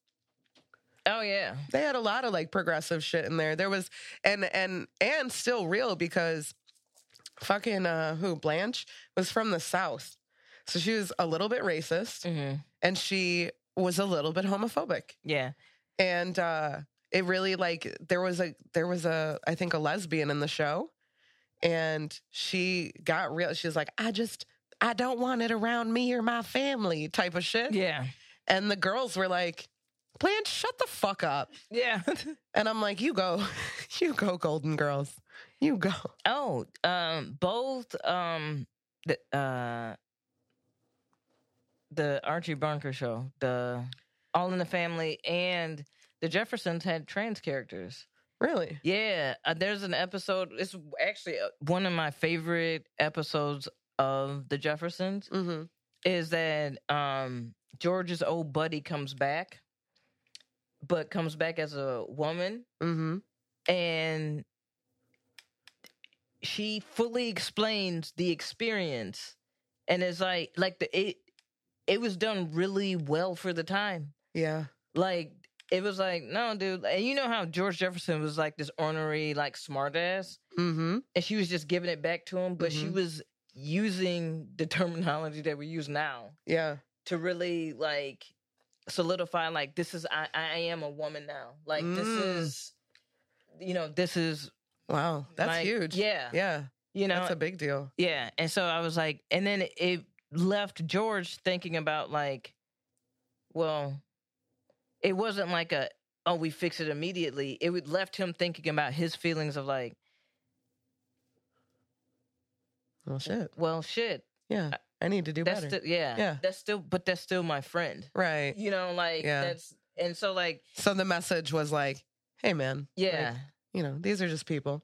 A: oh yeah,
B: They had a lot of like progressive shit in there. There was and and and still real because fucking uh who Blanche was from the South. So she was a little bit racist
A: hmm
B: and she was a little bit homophobic.
A: yeah,
B: and uh it really like there was a there was a i think a lesbian in the show and she got real she was like i just i don't want it around me or my family type of shit
A: yeah,
B: and the girls were like Blanche, shut the fuck up
A: yeah.
B: and i'm like you go (laughs) you go golden girls you go
A: (laughs)
B: (laughs)
A: oh, um, both um, the uh, the Archie Bunker show, the All in the Family, and the Jeffersons had trans characters.
B: really
A: Yeah, uh, there's an episode. It's actually uh, one of my favorite episodes of The Jeffersons.
B: mm-hmm.
A: is that um George's old buddy comes back, but comes back as a woman,
B: Mm-hmm.
A: and she fully explains the experience, and it's like like the it it was done really well for the time.
B: Yeah.
A: Like it was like no, dude, and you know how George Jefferson was like this ornery, like smartass,
B: Mm-hmm.
A: and she was just giving it back to him, but she
B: Mhm.
A: was using the terminology that we use now
B: Yeah.
A: to really like solidify like this is I, I am a woman now. Like this
B: Mm.
A: is you know, this is
B: Wow. That's
A: like,
B: huge.
A: Yeah.
B: Yeah.
A: You know
B: That's a big deal.
A: Yeah. And so I was like and then it left George thinking about like well it wasn't like a oh we fix it immediately. It would left him thinking about his feelings of like,
B: Well, shit.
A: well shit.
B: Yeah. I need to do
A: uh, That's
B: better.
A: still yeah.
B: Yeah.
A: That's still but that's still my friend.
B: right.
A: You know, like
B: Yeah.
A: that's and so like
B: So the message was like, hey, man. like,
A: yeah.
B: you know, these are just people.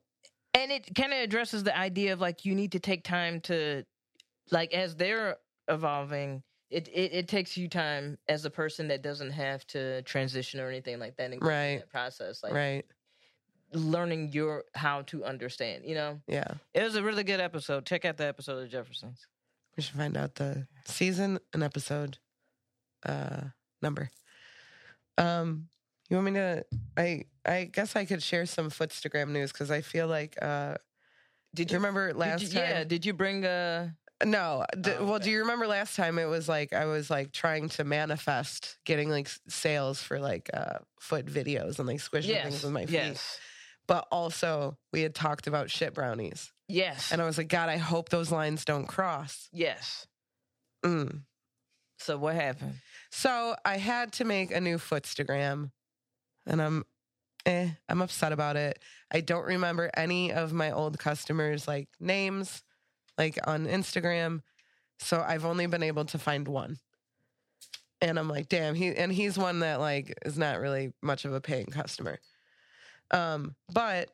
A: and it kind of addresses the idea of like you need to take time to like as they're evolving it, it it takes you time as a person that doesn't have to transition or anything like that and go through
B: Right.
A: that process like
B: right.
A: learning your how to understand you know
B: Yeah.
A: it was a really good episode check out the episode of jefferson's
B: We should find out the season and episode uh number. Um you want me to I I guess I could share some Footstagram news cuz I feel like uh
A: did
B: do you
A: you
B: remember last
A: did you,
B: time?
A: yeah did you bring uh
B: No. D-
A: Oh,
B: Well,
A: okay.
B: do you remember last time it was like I was like trying to manifest getting like s- sales for like uh foot videos and like squishing
A: yes
B: things with my feet.
A: yes
B: But also we had talked about shit brownies.
A: yes
B: And I was like god, I hope those lines don't cross.
A: yes
B: Mm.
A: so what happened
B: So I had to make a new Footstagram, and I'm, eh, I'm upset about it. I don't remember any of my old customers' like names, like on Instagram. So I've only been able to find one, and I'm like, damn, he and he's one that like is not really much of a paying customer. Um, but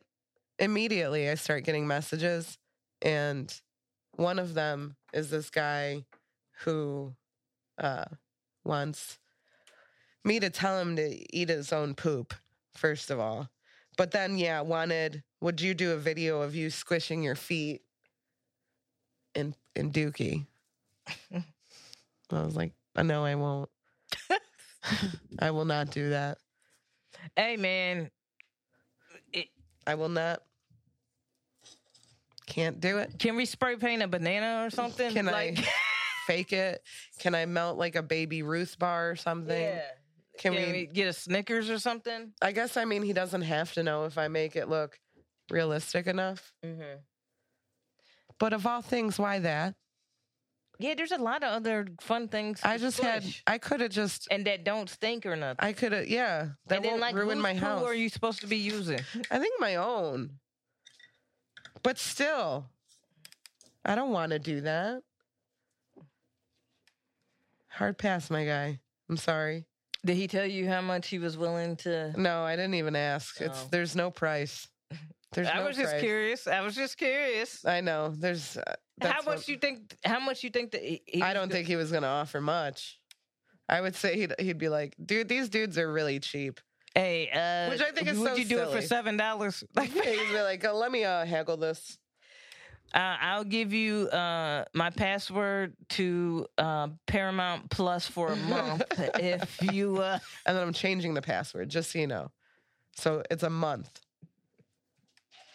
B: immediately I start getting messages, and one of them is this guy who, uh wants me to tell him to eat his own poop, first of all. But then, yeah, wanted, would you do a video of you squishing your feet in, in Dookie? I was like, "Uh, no, I
A: (laughs)
B: won't. I will not do that.
A: hey man
B: I will not. Can't do it.
A: can we spray paint a banana or something
B: Can I- (laughs)
A: like (laughs)
B: Fake it. Can I melt like a baby Ruth bar or something?
A: yeah
B: Can, we,
A: Can we get a Snickers or something?
B: I guess I mean he doesn't have to know if I make it look realistic enough.
A: Mm-hmm.
B: But of all things, why that?
A: Yeah, there's a lot of other fun things.
B: I
A: to
B: just had.
A: squish
B: I could have just.
A: and that don't stink or nothing.
B: I could have. Yeah, that
A: and then,
B: won't
A: like,
B: ruin
A: whose
B: my
A: poo
B: house.
A: Are you supposed to be
B: (laughs)
A: using?
B: I think my own. But still, I don't want to do that. Hard pass, my guy. I'm sorry.
A: Did he tell you how much he was willing to?
B: No, I didn't even ask. It's
A: Oh.
B: there's no price. There's
A: I
B: no
A: was just
B: price.
A: curious. I was just curious.
B: I know. There's. Uh, that's
A: how much
B: what-
A: you think? How much you think that? He, he
B: I
A: was
B: don't
A: go-
B: think he was going to offer much. I would say he'd he'd be like, dude, these dudes are really
A: (laughs)
B: cheap.
A: Hey, uh,
B: Which I think is
A: would
B: so
A: you do it
B: silly.
A: for seven dollars? (laughs) Like,
B: Yeah, he'd be like, oh, let me uh, haggle this.
A: uh, I'll give you uh, my password to uh, Paramount Plus for a month if you. Uh,
B: And then I'm changing the password, just so you know. So it's a month.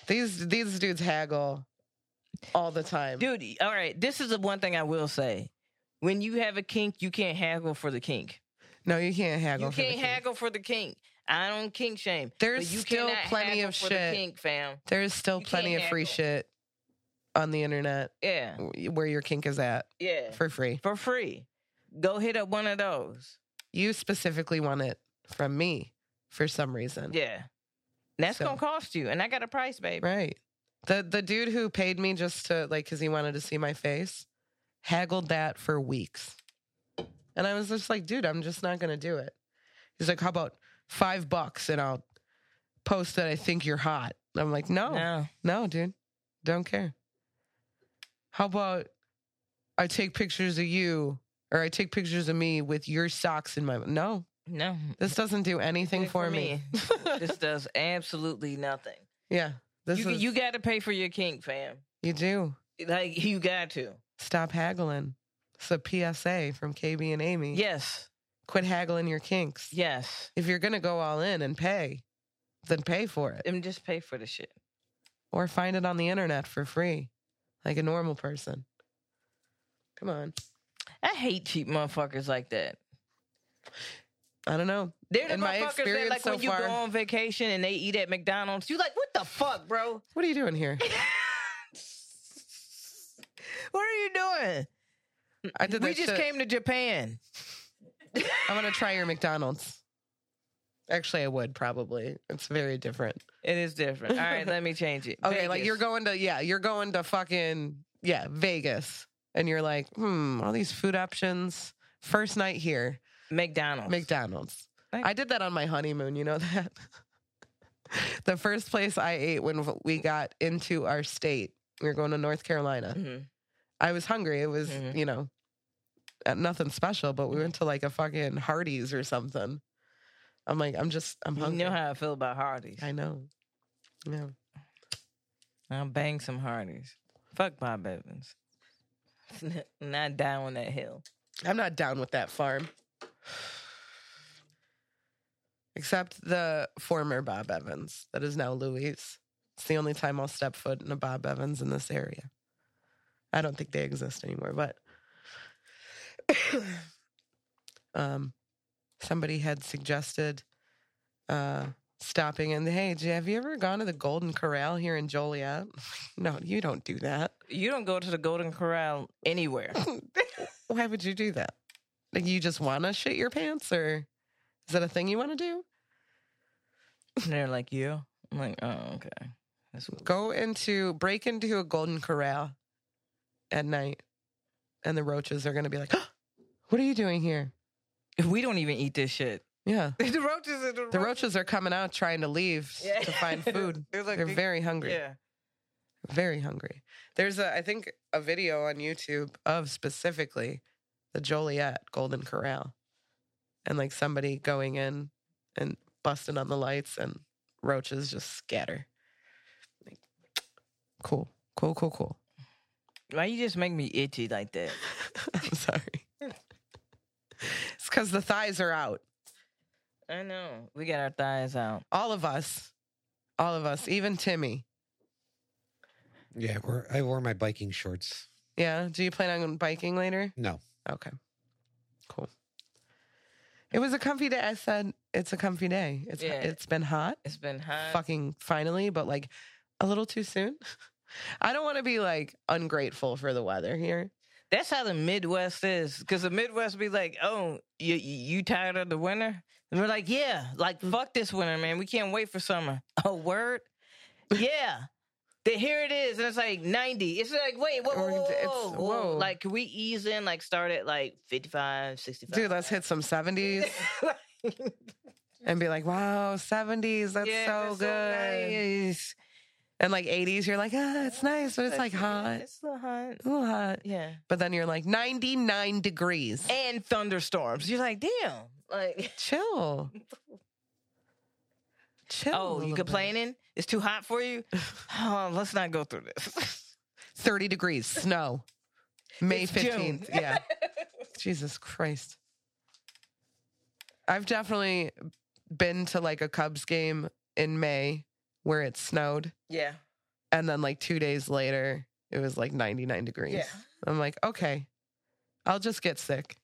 B: These these dudes haggle all the time.
A: dude all right this is the one thing i will say when you have a kink you can't haggle for the kink
B: no, you can't haggle.
A: you
B: for the
A: can't
B: king.
A: haggle for the kink i don't kink shame but
B: There's
A: you
B: still
A: cannot
B: plenty
A: haggle
B: of
A: for
B: shit.
A: the kink fam
B: There is still
A: you
B: plenty of
A: can't
B: free
A: haggle.
B: shit on the internet
A: yeah
B: w- where your kink is at
A: yeah for,
B: for free.
A: free go hit up one of those
B: You specifically want it from me for some reason.
A: yeah And that's
B: So-
A: gonna cost you and i got a price baby
B: Right. The the dude who paid me just to like cuz he wanted to see my face haggled that for weeks. And I was just like, dude, I'm just not going to do it. He's like, "How about 5 bucks and I'll post that I think you're hot." And I'm like, "No. No,
A: no
B: dude. Don't care. How about I take pictures of you or I take pictures of me with your socks in my. No,
A: No,
B: this doesn't do anything
A: Good
B: for,
A: for
B: me.
A: (laughs) this does absolutely nothing.
B: yeah, this
A: you
B: is,
A: you got to pay for your kink, fam.
B: you do.
A: Like you got to.
B: Stop haggling. It's a PSA from KB and Amy.
A: Yes,
B: Quit haggling your kinks.
A: yes.
B: If you're gonna go all in and pay, then pay for it.
A: And just pay for the shit.
B: or find it on the internet for free, like a normal person. Come on.
A: I hate cheap motherfuckers like that.
B: I don't know.
A: They're the
B: In my
A: motherfuckers that
B: experience
A: like
B: so
A: when you
B: far-
A: go on vacation and they eat at McDonald's. You like what the fuck, bro? (laughs)
B: What are you doing (clears throat) here?
A: What are you doing?
B: I did that
A: we just
B: shit.
A: came to Japan.
B: I'm gonna try your McDonald's. Actually, I would probably. It's very different.
A: It is different. All (laughs) right, let me change it.
B: Okay, Oh, like
A: Vegas.
B: you're going to yeah, you're going to fucking yeah Vegas, and you're like, hmm, all these food options. First night here,
A: McDonald's.
B: McDonald's.
A: Right.
B: I did that on my honeymoon. You know that. (laughs) the first place I ate when we got into our state, we were going to North Carolina.
A: Mhm.
B: I was hungry. It was,
A: Mhm.
B: you know, uh, nothing special, but we went to like a fucking Hardee's or something. I'm like, I'm just, I'm
A: Mm-hmm. You
B: hungry.
A: know how I feel about Hardee's.
B: I know. Yeah.
A: I'll bang some Hardee's. Fuck Bob Evans. (laughs) Not down on that hill.
B: I'm not down with that farm. Except the former Bob Evans that is now Louise. It's the only time I'll step foot in a Bob Evans in this area. I don't think they exist anymore, but (coughs) um, somebody had suggested uh, stopping in the hey, Jay, have you ever gone to the Golden Corral here in Joliet? (laughs) no, you don't do that.
A: You don't go to the Golden Corral anywhere. (laughs)
B: Why would you do that? Like you just want to shit your pants, or is that a thing you want to do?
A: And they're like, you? I'm like, oh, okay. That's what (laughs)
B: Go into break into a golden corral at night, and the roaches are going to be like, (gasps) "What are you doing here?"
A: we don't even eat this shit.
B: Yeah,
A: (laughs) the roaches are
B: the roaches are coming out trying to leave
A: Yeah.
B: to
A: (laughs)
B: find food.
A: They're like
B: They're
A: big-
B: very hungry.
A: Yeah.
B: very hungry. There's a I think a video on YouTube of specifically the Joliet Golden Corral and like somebody going in and busting on the lights and roaches just scatter. Like, cool. Cool, cool, cool. (laughs)
A: Why you just make me itchy like that?
B: I'm sorry. it's cuz the thighs are out.
A: I know. We got our thighs out.
B: All of us. All of us, even Timmy.
C: Yeah, we're, I wore my biking shorts.
B: Yeah, do you plan on biking later?
C: No,
B: Okay. Cool. It was a comfy day. I said it's a comfy day. It's
A: Yeah. Uh,
B: it's been hot.
A: It's been hot.
B: Fucking finally, but like a little too soon. (laughs) I don't want to be like ungrateful for the weather here.
A: That's how the Midwest is. Because the Midwest be like, oh, you, you you tired of the winter? And we're like, yeah, like, fuck this winter, man. We can't wait for summer. (laughs) Oh, word? Yeah. Then here it is. And it's like 90. It's like, wait, whoa, whoa, whoa,
B: It's-
A: whoa, whoa.
B: whoa.
A: Like, can we ease in, like, start at like 55, 65?
B: Dude,
A: (laughs)
B: let's hit some 70s and be like, wow, 70s, that's
A: Yeah,
B: so
A: that's
B: good.
A: nice.
B: and like 80s, you're like, ah, it's nice, but it's like hot,
A: It's a little hot.
B: a little hot.
A: Yeah.
B: But then you're like 99 degrees.
A: And thunderstorms. You're like, damn. Like, (laughs)
B: Chill. Chill. a
A: oh,
B: little
A: you
B: bit.
A: complaining? It's too hot for (laughs) you? oh, let's not go through this. (laughs)
B: 30 degrees, snow. May
A: It's June.
B: 15th.
A: (laughs)
B: Yeah. Jesus Christ. I've definitely been to like a Cubs game in May where it snowed.
A: yeah.
B: And then like two days later, it was like 99 degrees.
A: Yeah.
B: I'm like, okay, I'll just get sick.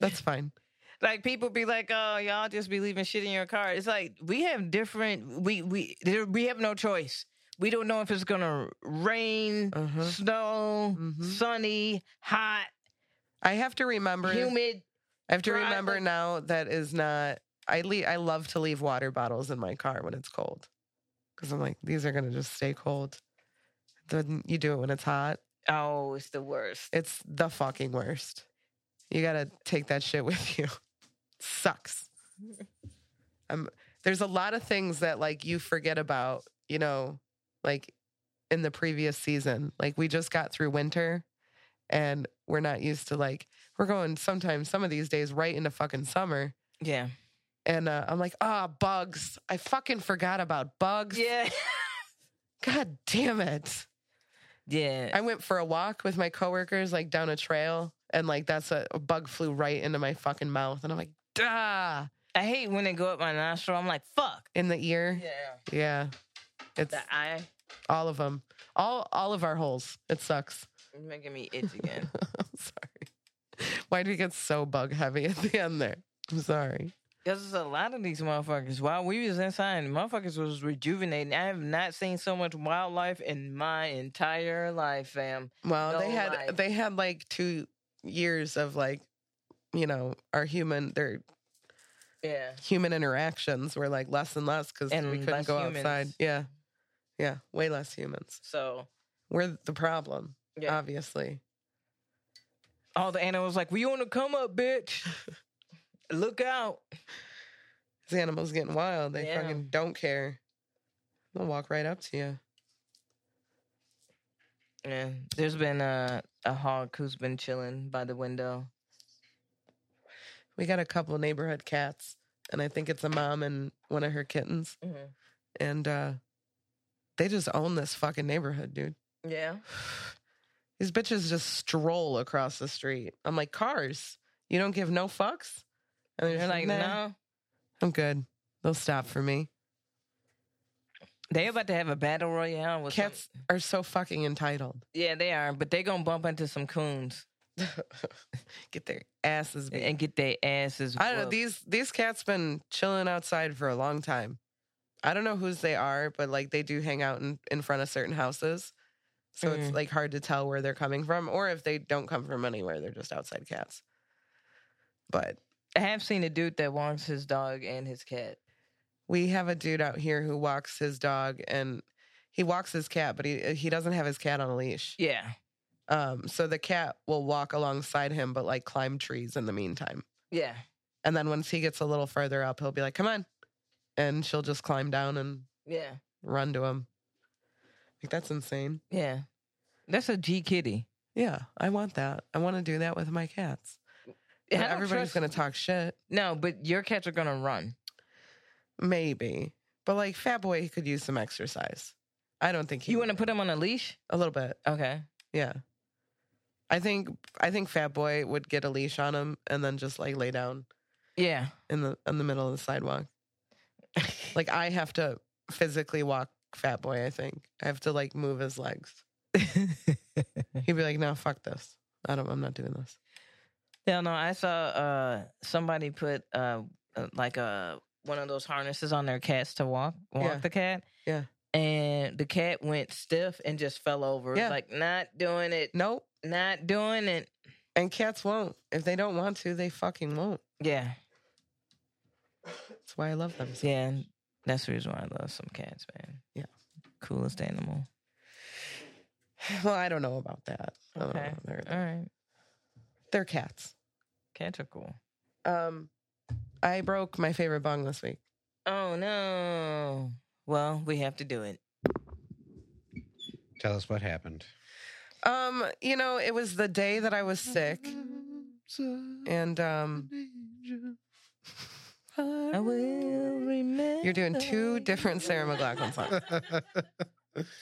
B: That's fine.
A: (laughs) Like people be like, "Oh, y'all just be leaving shit in your car." It's like we have different. We we there, we have no choice. We don't know if it's gonna rain,
B: Uh-huh.
A: snow,
B: Mhm.
A: sunny, hot,
B: I have to remember.
A: humid.
B: I have to
A: dry,
B: remember
A: like-
B: now that is not. I le- I love to leave water bottles in my car when it's cold, because I'm like these are gonna just stay cold. Then you do it when it's hot.
A: Oh, it's the worst.
B: It's the fucking worst. You gotta take that shit (laughs) with you. Sucks. Um, there's a lot of things that like you forget about. You know, like in the previous season, like we just got through winter, and we're not used to like we're going sometimes some of these days right into fucking summer.
A: Yeah.
B: And uh, I'm like, ah, bugs. I fucking forgot about bugs.
A: Yeah.
B: God damn it.
A: Yeah.
B: I went for a walk with my coworkers, like down a trail, and like that's a, a bug flew right into my fucking mouth. And I'm like, duh,
A: I hate when they go up my nostril. I'm like, fuck.
B: in the ear.
A: Yeah.
B: Yeah. It's
A: The eye
B: all of them. All all of our holes. It sucks. (laughs)
A: is making me itch again.
B: I'm sorry. Why do we get so bug heavy at the end there? I'm sorry.
A: Because there's a lot of these motherfuckers. While we was inside, motherfuckers was rejuvenating. I have not seen so much wildlife in my entire life, fam.
B: Well, they
A: No,
B: had
A: like-
B: they had like two years of like, you know, our human their
A: Yeah.
B: human interactions were like less and less because
A: And
B: we couldn't
A: less
B: go
A: humans.
B: outside. Yeah. Yeah. Way less humans.
A: So
B: We're the problem,
A: yeah.
B: obviously.
A: all the animals like, we on the come up, bitch. (laughs) Look out.
B: These animals getting wild. They
A: Yeah.
B: fucking don't care. They'll walk right up to you.
A: Yeah. There's been a, a hawk who's been chilling by the window.
B: We got a couple neighborhood cats, and I think it's a mom and one of her kittens. And uh they just own this fucking neighborhood, dude.
A: Yeah.
B: These bitches just stroll across the street. I'm like, cars, you don't give no fucks? And
A: They're
B: just
A: like,
B: "Nah,
A: no.
B: I'm good. They'll stop for me.
A: They about to have a battle royale with some-
B: Cats are so fucking entitled.
A: yeah, they are, but they gonna bump into some coons
B: Get their asses beat.
A: and get their asses.
B: I don't know.
A: whooped.
B: These these cats been chilling outside for a long time. I don't know whose they are, but like they do hang out in, in front of certain houses. So it's
A: Mhm.
B: like hard to tell where they're coming from, or if they don't come from anywhere, they're just outside cats. But
A: I have seen a dude that walks his dog and his cat.
B: we have a dude out here who walks his dog and he walks his cat, but he he doesn't have his cat on a leash.
A: Yeah.
B: Um, so the cat will walk alongside him, but like climb trees in the meantime.
A: Yeah.
B: And then once he gets a little further up, he'll be like, "Come on," and she'll just climb down and
A: Yeah.
B: run to him. Like that's insane.
A: Yeah. That's a G kitty.
B: Yeah, I want that. I want to do that with my cats.
A: I
B: But
A: don't
B: everybody's
A: trust-
B: gonna talk shit.
A: No, but your cats are gonna run.
B: Maybe, but like Fat Boy could use some exercise. I don't think he.
A: You want to put them on a leash?
B: a little bit?
A: Okay.
B: Yeah. I think I think Fat Boy would get a leash on him and then just like lay down
A: (laughs) Yeah.
B: in the in the middle of the sidewalk. like I have to physically walk Fat Boy. I think I have to like move his legs.
A: (laughs)
B: He'd be like, "No, fuck this. I don't. I'm not doing this."
A: Yeah, no, I saw uh somebody put uh uh, like uh one of those harnesses on their cats to walk walk
B: Yeah.
A: the cat.
B: Yeah.
A: And the cat went stiff and just fell over.
B: Yeah.
A: Like not doing it,
B: Nope.
A: not doing it.
B: And cats won't. If they don't want to, they fucking won't.
A: Yeah.
B: That's why I love them. (laughs) So.
A: Yeah. and That's the reason why I love some cats, man.
B: Yeah.
A: Coolest animal.
B: Well, I don't know about that. I don't
A: Okay.
B: know. They're,
A: All right.
B: they're cats.
A: Cats are cool.
B: Um, I broke my favorite bong this week.
A: Oh no. Well, we have to do it.
C: Tell us what happened.
B: Um, you know, it was the day that I was sick, and um,
A: I will remember.
B: you're doing two different Sarah McLaughlin songs.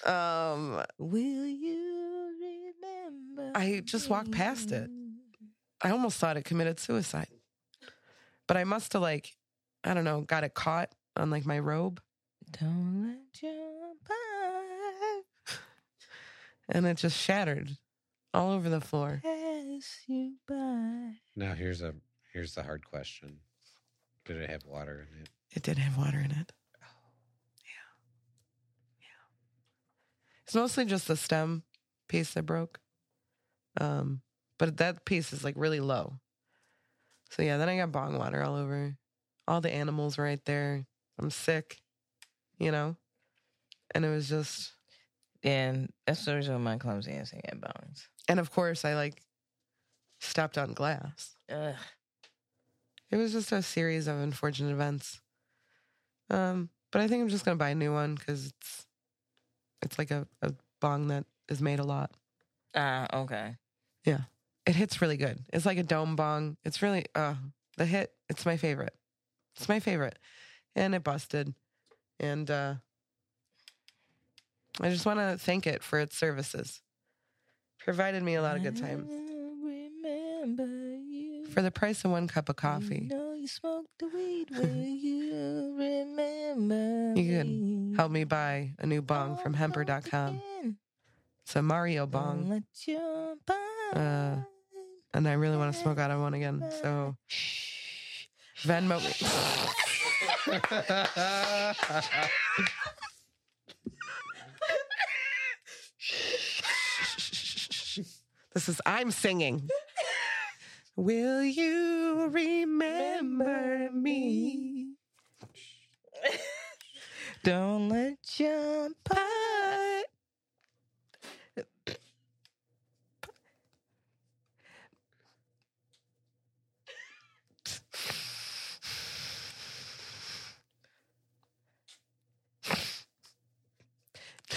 B: Um,
A: (laughs) Will you remember?
B: I just walked past it. I almost thought it committed suicide, but I must have like, I don't know, got it caught on like my robe.
A: Don't let your pride
B: and it just shattered all over the floor.
A: pass you by.
C: (laughs) now here's a here's the hard question. Did it have water in it?
B: It did have water in it. Yeah. Yeah. It's mostly just the stem piece that broke. Um, but that piece is like really low. So yeah, then I got bong water all over. All the animals were right there. I'm sick, you know? And it was just
A: And that's the reason why my clumsy ass ain't got bones.
B: and of course I like stepped on glass.
A: Ugh.
B: It was just a series of unfortunate events. Um, but I think I'm just gonna buy a new one because it's it's like a, a bong that is made a lot.
A: Ah, okay.
B: It hits really good. It's like a dome bong. It's really uh the hit. It's my favorite. It's my favorite. And it busted. And uh I just want to thank it for its services. Provided me a lot of good times.
A: Remember you.
B: For the price of one cup of
A: You
B: coffee,
A: know you smoked the weed. Will you remember?
B: You
A: me?
B: help me buy a new bong from
A: All
B: hemper.com.
A: over again.
B: It's a Mario
A: Don't
B: bong,
A: Let your
B: Uh, and I really want to smoke out of one again. So Venmo me.
C: (laughs)
B: This is I'm singing. Will you remember me?
A: Don't let your pot.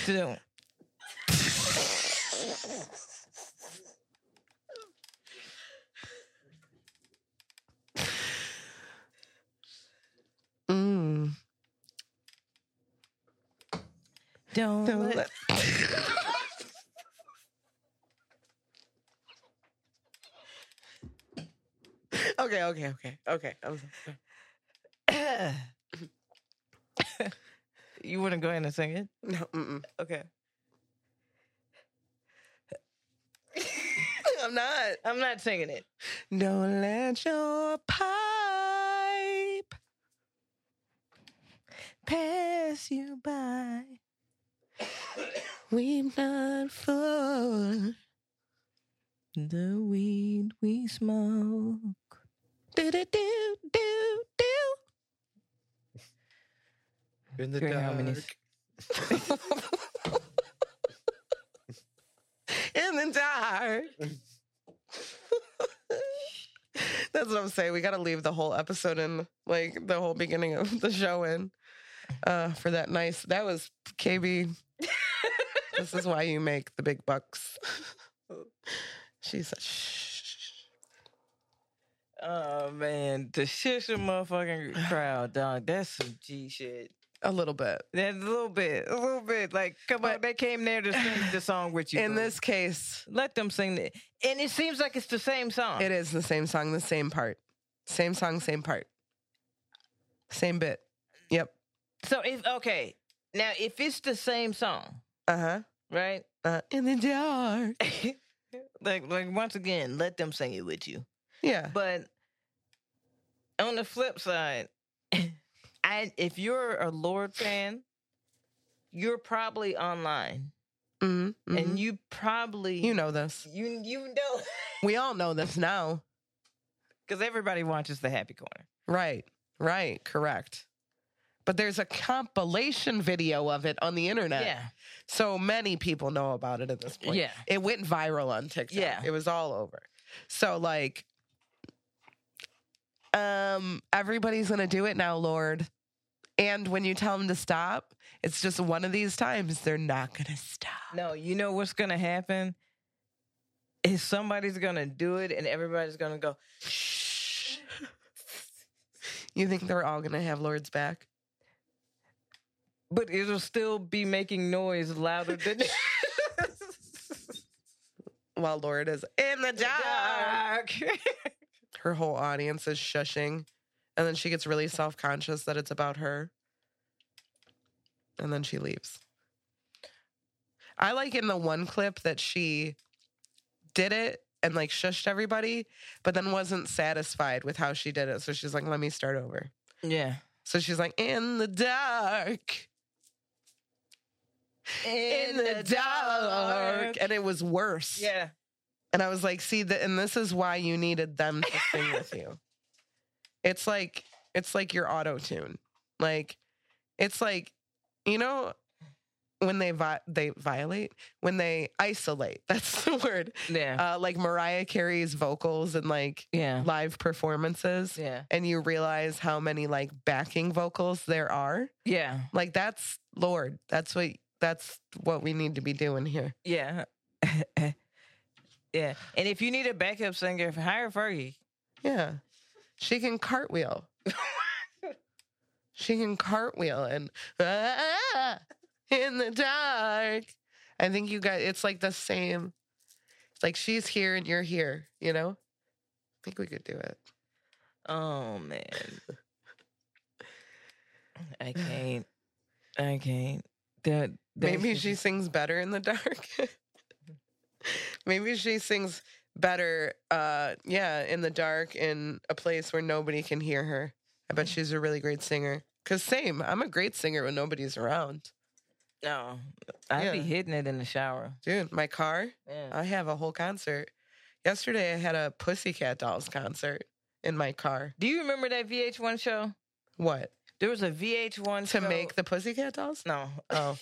A: Don't.
B: Mm.
A: Don't,
B: Don't
A: let,
B: let- (laughs) okay, okay, okay, okay. I'm sorry.
A: you want to go ahead and sing it?
B: No, mm-mm.
A: Okay.
B: I'm not.
A: I'm not singing it.
B: Don't let your pipe.
A: Pass you by.
B: We've not fooled.
A: The weed we smoke.
B: Do do do do do.
C: In the
A: Great
C: dark.
A: harmonies.
B: (laughs) In the dark. (laughs) That's what I'm saying. We got to leave the whole episode in, like the whole beginning of the show in, uh, for that nice. That was KB. this is why you make the big bucks. She's such.
A: Oh man, the shisham motherfucking crowd, dog. That's some G shit.
B: A little bit.
A: That's a little bit, a little bit. Like, come on,
B: But-
A: they came there to sing the
B: (laughs)
A: song with you.
B: In
A: bro.
B: this case,
A: let them sing it, and it seems like it's the same song.
B: it is the same song, the same part. Same song, same part. Same bit. Yep.
A: So if okay, now if it's the same song,
B: Uh huh.
A: right?
B: Uh, in the dark.
A: (laughs) like, like once again, let them sing it with you.
B: Yeah.
A: But on the flip side, (laughs) I if you're a Lord fan, you're probably online.
B: Mm-hmm.
A: and you probably
B: you know this.
A: you you know (laughs)
B: We all know this now.
A: because everybody watches the Happy Corner.
B: Right. Right. Correct. But there's a compilation video of it on the internet.
A: Yeah,
B: So many people know about it at this point.
A: Yeah.
B: It went viral on TikTok.
A: Yeah.
B: It was all over. So like um everybody's going to do it now, Lord. And when you tell them to stop, it's just one of these times they're not going to stop.
A: no, you know what's gonna happen is somebody's gonna do it, and everybody's gonna go.
B: (laughs) You think they're all going to have Lord's back?
A: But it'll still be making noise louder
B: (laughs)
A: than (laughs)
B: While Lord is in the dark.
A: Dark.
B: her whole audience is shushing and then she gets really self-conscious that it's about her and then she leaves i like in the one clip that she did it and like shushed everybody but then wasn't satisfied with how she did it so she's like let me start over
A: (laughs) Yeah.
B: so she's like in the dark in the dark and it was worse
A: Yeah.
B: and I was like, see, the, and this is why you needed them to sing with you. It's like it's like your auto tune. Like it's like you know when they vi- they violate when they isolate. (laughs) That's the word.
A: Yeah.
B: Uh, like Mariah Carey's vocals and like
A: yeah.
B: live performances.
A: Yeah.
B: And you realize how many like backing vocals there are.
A: Yeah.
B: Like that's Lord. That's what that's what we need to be doing here.
A: Yeah. (laughs) Yeah. And if you need a backup singer, hire Fergie.
B: Yeah. She can cartwheel. she can cartwheel and ah, (laughs) in the dark. I think you guys, it's like the same. It's like she's here and you're here, you know? I think we could do it.
A: Oh man. I can't. I can't. That, that
B: Maybe
A: shit
B: she
A: is-
B: sings better in the dark. (laughs) Maybe she sings better, uh, yeah, in the dark in a place where nobody can hear her. I bet she's a really great singer. Cause same, I'm a great singer when nobody's around.
A: No. Oh, I'd be
B: Yeah.
A: hitting it in the shower. Uh,
B: Dude, my car,
A: Yeah.
B: I have a whole concert. Yesterday I had a Pussycat Dolls concert in my car.
A: Do you remember that VH1 show?
B: What?
A: There was a VH1
B: To
A: show-
B: make the Pussycat
A: (laughs)
B: Dolls? (laughs)
A: no.
B: Oh.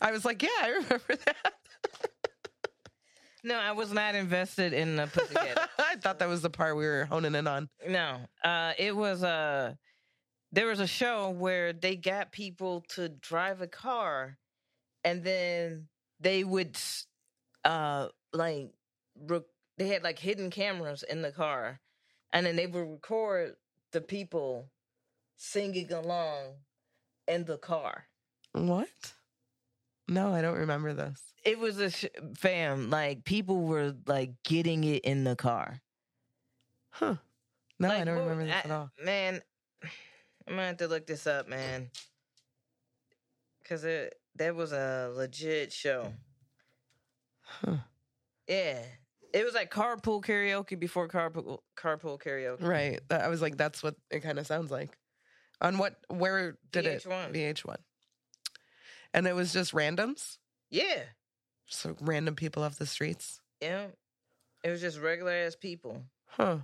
B: I was like, yeah, I remember that.
A: No, I was not invested in the Pussycat.
B: (laughs) I thought that was the part we were honing in on.
A: No, uh, it was uh, there was a show where they got people to drive a car, and then they would s- uh, like rec- they had like hidden cameras in the car, and then they would record the people singing along in the car.
B: What? No, I don't remember this.
A: It was a sh- fam like people were like getting it in the car.
B: Huh. No, I
A: Like,
B: don't
A: what-
B: remember this
A: I-
B: at all.
A: Man, (sighs) I'm gonna have to look this up, man. Cause it that was a legit show.
B: Huh.
A: Yeah. It was like carpool karaoke before carpool carpool karaoke.
B: Right. That- I was like, that's what it kind of sounds like. On what? Where did
A: VH1.
B: it? VH1. And it was just randoms?
A: Yeah.
B: Just like random people off the streets?
A: Yeah. It was just regular ass people.
B: Huh.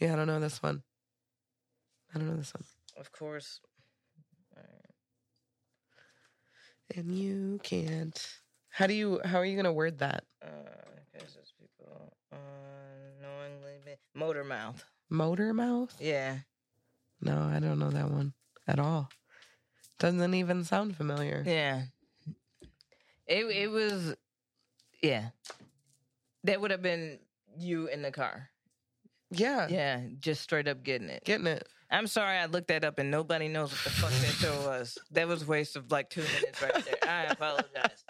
B: Yeah, I don't know this one. I don't know this one.
A: Of course.
B: And you can't. How do you, how are you going to word that?
A: Uh because there's people uh, unknowingly ma- motor mouth.
B: Motor mouth?
A: Yeah.
B: No, I don't know that one at all. Doesn't even sound familiar.
A: Yeah. It it was yeah. That would have been you in the car.
B: Yeah.
A: Yeah, just straight up getting it.
B: Getting it.
A: I'm sorry I looked that up and nobody knows what the fuck that show was. That was a waste of like two minutes right there. I apologize.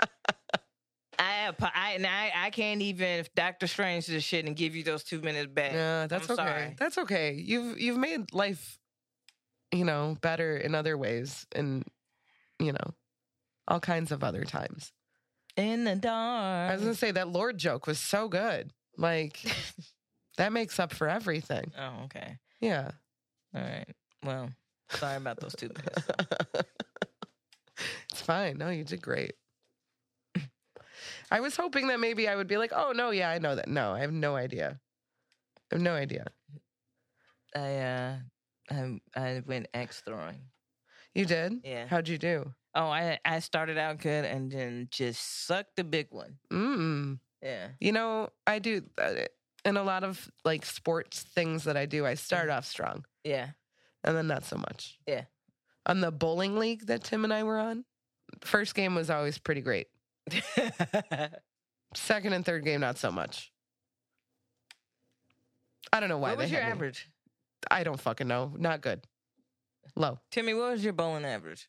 A: I, apo- I and I, I can't even Doctor Strange this shit and give you those two minutes back.
B: Yeah, that's
A: Eh, I'm
B: okay.
A: sorry.
B: That's okay. You've you've made life, you know, better in other ways, and you know, all kinds of other times.
A: In the
B: I
A: dark.
B: was gonna say that Lord joke was so good.
A: (laughs)
B: Like that makes up for everything.
A: oh, okay.
B: Yeah. (laughs)
A: All right. Well, sorry about those two (laughs) minutes.
B: it's fine. No, you did great. I was hoping that maybe I would be like, oh no, yeah, I know that. No, I have no idea. I have no idea.
A: I uh I I went axe throwing.
B: You did?
A: Yeah.
B: How'd you do?
A: Oh, I I started out good and then just sucked the big one.
B: Mm.
A: Yeah.
B: You know, I do uh, in a lot of like sports things that I do. I start off strong
A: (laughs) Yeah.
B: and then not so much.
A: Mm-hmm. Yeah.
B: On the bowling league that Tim and I were on, first game was always pretty great. Second and third game, not so much. I don't know why.
A: what
B: they
A: was your
B: had me-
A: average?
B: I don't fucking know. Not good. Low.
A: Timmy, what was your bowling average?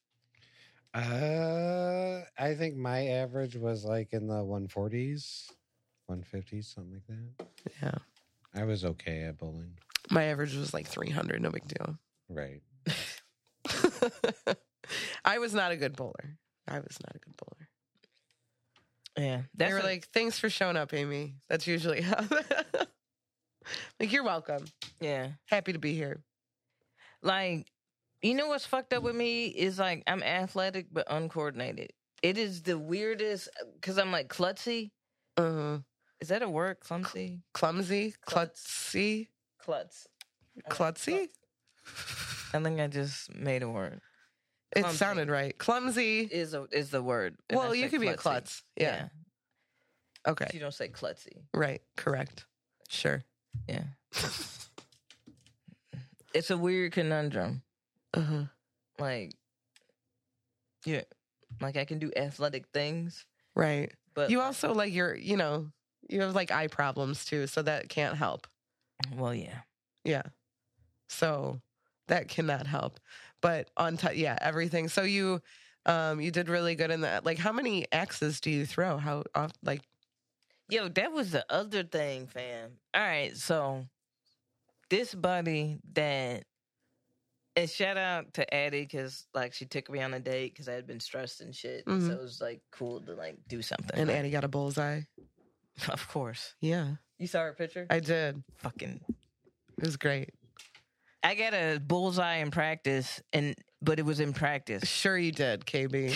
C: Uh, I think my average was like in the 140s, 150s, something like that.
B: Yeah.
C: I was okay at bowling.
B: My average was like 300. No big deal. (laughs)
C: Right.
B: I was not a good bowler. I was not a good bowler.
A: Yeah. That's
B: they were
A: a-
B: like, "Thanks for showing up, Amy." That's usually how. (laughs) like, you're welcome.
A: Yeah.
B: Happy to be here.
A: Like, you know what's fucked up with me is like I'm athletic but uncoordinated. It is the weirdest because I'm like klutzy.
B: Uh,
A: Is that a word? Clumsy?
B: clumsy, klutzy,
A: Klutz.
B: klutzy.
A: I think I just made a word.
B: It
A: Clumsy.
B: sounded right. Clumsy.
A: Is a, is the word. and I
B: Well, you
A: said
B: could be a
A: klutzy.
B: klutz. Yeah.
A: If
B: Okay.
A: You don't say klutzy.
B: Right. Correct. Sure.
A: Yeah. it's a weird conundrum.
B: Uh-huh.
A: Like, yeah, like I can do athletic things,
B: Right.
A: But
B: You also like your, you know, you have like eye problems too, so that can't help.
A: well, yeah,
B: Yeah. So that cannot help. But on top, yeah, everything. So you, um, you did really good in that. Like, how many axes do you throw? How off? Like,
A: yo, that was the other thing, fam. All right, so this buddy that. And shout out to Addie because like she took me on a date because I had been stressed and shit,
B: Mhm.
A: so it was like cool to like do something.
B: and
A: right?
B: Annie got a bullseye.
A: (laughs) of course,
B: Yeah,
A: you saw her picture.
B: I did.
A: fucking
B: It was great.
A: I got a bullseye in practice, and but it was in practice.
B: Sure, you did, (laughs) KB.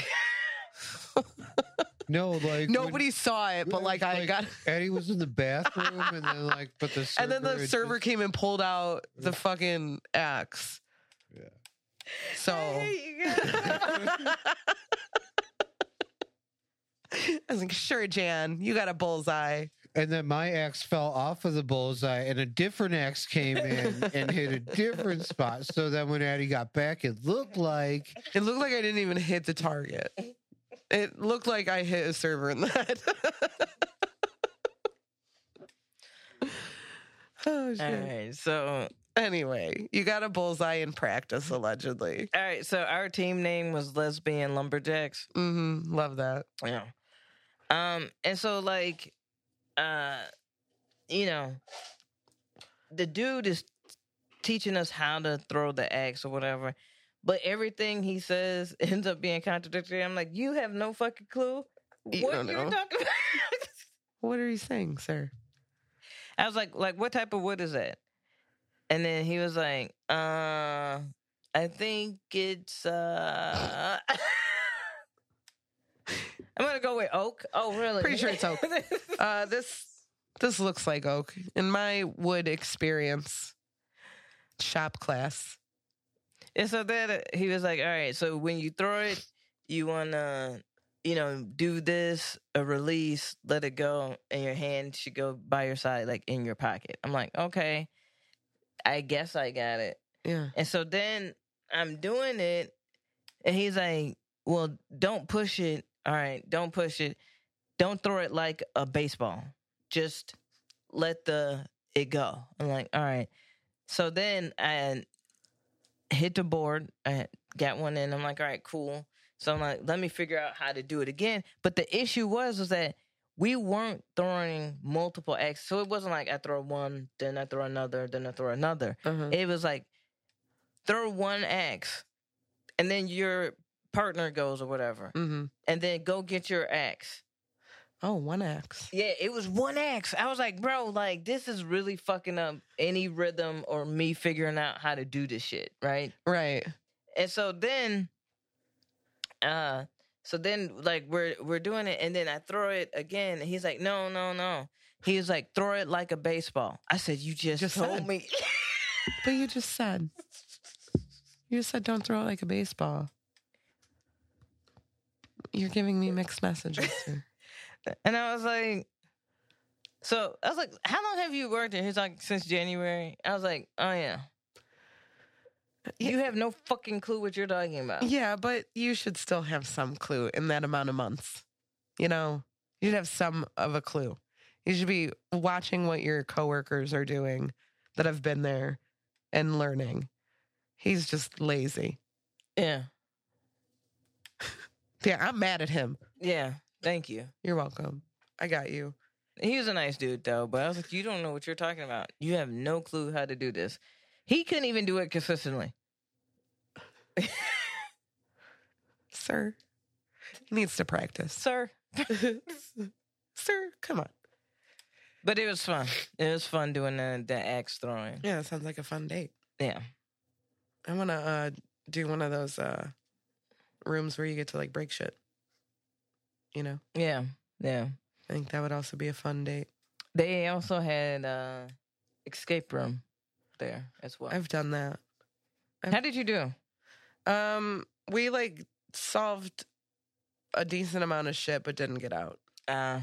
C: No, like when
B: Nobody saw it, but like I
C: Like-
B: got.
C: Eddie was in the bathroom, and then like, but the server
B: (laughs) And then the
C: had
B: server
C: just-
B: came and pulled out the fucking axe.
C: Yeah.
B: So.
A: (laughs) I hate you guys.
B: I was like, sure, Jan, you got a bullseye.
C: and then my axe fell off of the bullseye, and a different axe came in and hit a different spot. So then when Eddie got back, it looked like
B: It looked like I didn't even hit the target. It looked like I hit a server in the head. (laughs) oh, shit.
A: (laughs) all right, so
B: Anyway, you got a bullseye in practice, allegedly.
A: all right, so our team name was Lesbian Lumberjacks.
B: Mm-hmm. Love that.
A: Yeah. Um, and so like, uh, you know, the dude is teaching us how to throw the axe or whatever, but everything he says (laughs) ends up being contradictory. I'm like, you have no fucking clue
B: You
A: what
B: don't
A: you're
B: know."
A: talking (laughs) about.
B: What are you saying, sir?
A: I was like, like what type of wood is that? And then he was like, uh, I think it's uh (laughs) I'm gonna go with oak. Oh really?
B: Pretty sure it's
A: (laughs)
B: oak. Uh, this this looks like oak. In my wood experience, shop class.
A: and so then uh, he was like, All right, so when you throw it, you wanna, you know, do this, a release, let it go, and your hand should go by your side, like in your pocket. I'm like, Okay, I guess I got it.
B: Yeah.
A: And so then I'm doing it, and he's like, "Well, don't push it. All right, don't push it. Don't throw it like a baseball. Just let the it go." I'm like, "All right." So then I hit the board. I got one in. I'm like, "All right, cool." So I'm like, "Let me figure out how to do it again." But the issue was was that we weren't throwing multiple X, so it wasn't like I throw one, then I throw another, then I throw another
B: Uh-huh.
A: it was like throw one axe and then your partner goes or whatever
B: mm-hmm.
A: and then go get your axe
B: Oh, one axe.
A: yeah it was one axe i was like bro like this is really fucking up any rhythm or me figuring out how to do this shit right
B: Right.
A: and so then uh so then like we're we're doing it and then i throw it again and he's like no no no he was like throw it like a baseball i said you just,
B: Just
A: told
B: said.
A: me
B: But you just said. You just said don't throw it like a baseball. You're giving me mixed messages. sir.
A: And I was like, so I was like, how long have you worked here? He's like, since January. I was like, oh yeah. You have no fucking clue what you're talking about.
B: yeah, but you should still have some clue in that amount of months. You know, you should have some of a clue. You should be watching what your coworkers are doing that have been there and learning. He's just lazy.
A: Yeah.
B: Yeah, I'm mad at him.
A: Yeah. Thank you.
B: You're welcome. I got you.
A: He was a nice dude though, but I was like, you don't know what you're talking about. You have no clue how to do this. He couldn't even do it consistently.
B: Sir. He needs to practice.
A: Sir.
B: Sir, come on.
A: But it was fun. It was fun doing the, the axe throwing.
B: Yeah, that sounds like a fun date.
A: Yeah.
B: I want to uh, do one of those uh, rooms where you get to like break shit. You know,
A: Yeah. Yeah.
B: I think that would also be a fun date.
A: They also had uh escape room there as well.
B: I've done that.
A: How did you do?
B: Um, we like solved a decent amount of shit, but didn't get out.
A: Uh,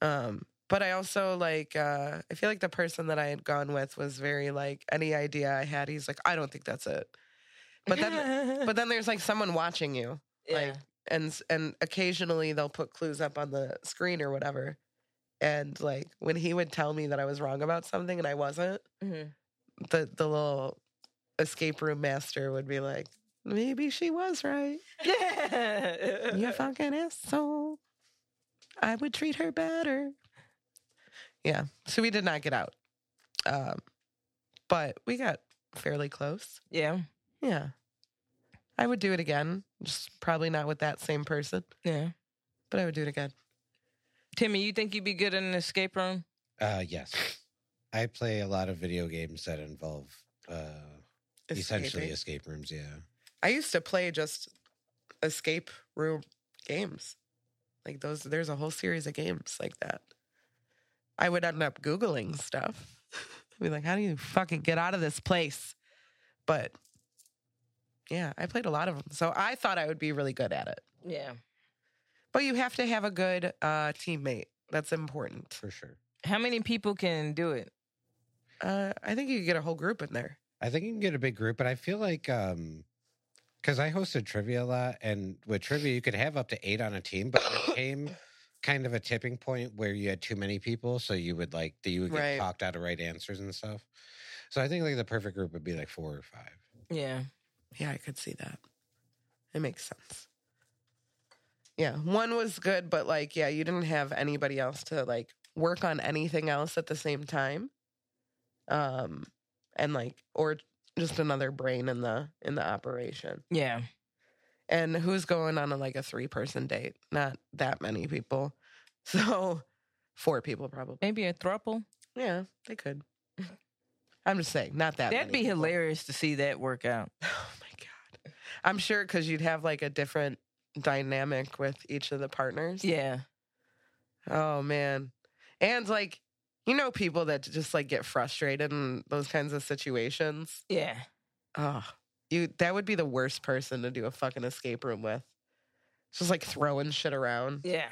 B: Um, but I also like uh I feel like the person that I had gone with was very like any idea I had, he's like, I don't think that's it. But then but then there's like someone watching you.
A: (laughs) yeah.
B: Like and s- and occasionally they'll put clues up on the screen or whatever. And like when he would tell me that I was wrong about something and I wasn't,
A: (laughs) Mhm.
B: the the little escape room master would be like, "Maybe she was right. You fucking asshole. I would treat her better." Yeah. So we did not get out, um, but we got fairly close.
A: yeah.
B: Yeah. I would do it again. Just probably not with that same person,
A: Yeah.
B: but I would do it again.
A: Timmy, you think you'd be good in an escape room?
C: Uh, yes, I play a lot of video games that involve uh, essentially
B: Escaping.
C: escape rooms. Yeah,
B: I used to play just escape room games. Like those there's a whole series of games like that. I would end up googling stuff. (laughs) Be like, how do you fucking get out of this place? But yeah, I played a lot of them. So I thought I would be really good at it.
A: Yeah.
B: But you have to have a good uh, teammate. That's important.
C: for sure.
A: How many people can do it?
B: Uh, I think you could get a whole group in there.
C: I think you can get a big group, but I feel like um because I hosted trivia a lot, and with trivia you could have up to eight on a team, but there came kind of a tipping point where you had too many people, so you would like that you would get
B: Right.
C: talked out of right answers and stuff. So I think like the perfect group would be like four or five.
A: Yeah.
B: Yeah, I could see that. It makes sense. Yeah, one was good, but like, yeah, you didn't have anybody else to like work on anything else at the same time. Um, and like, or just another brain in the in the operation.
A: Yeah.
B: And who's going on a, like a three person date? Not that many people, (laughs) so four people probably.
A: Maybe a thruple.
B: Yeah, they could. (laughs) I'm just saying, not that.
A: That'd
B: many
A: be
B: people.
A: hilarious to see that work out.
B: (laughs) Oh my god. I'm sure because you'd have like a different dynamic with each of the partners.
A: Yeah.
B: Oh man. And like you know people that just like get frustrated in those kinds of situations.
A: Yeah.
B: Oh. You that would be the worst person to do a fucking escape room with. Just like throwing shit around.
A: Yeah.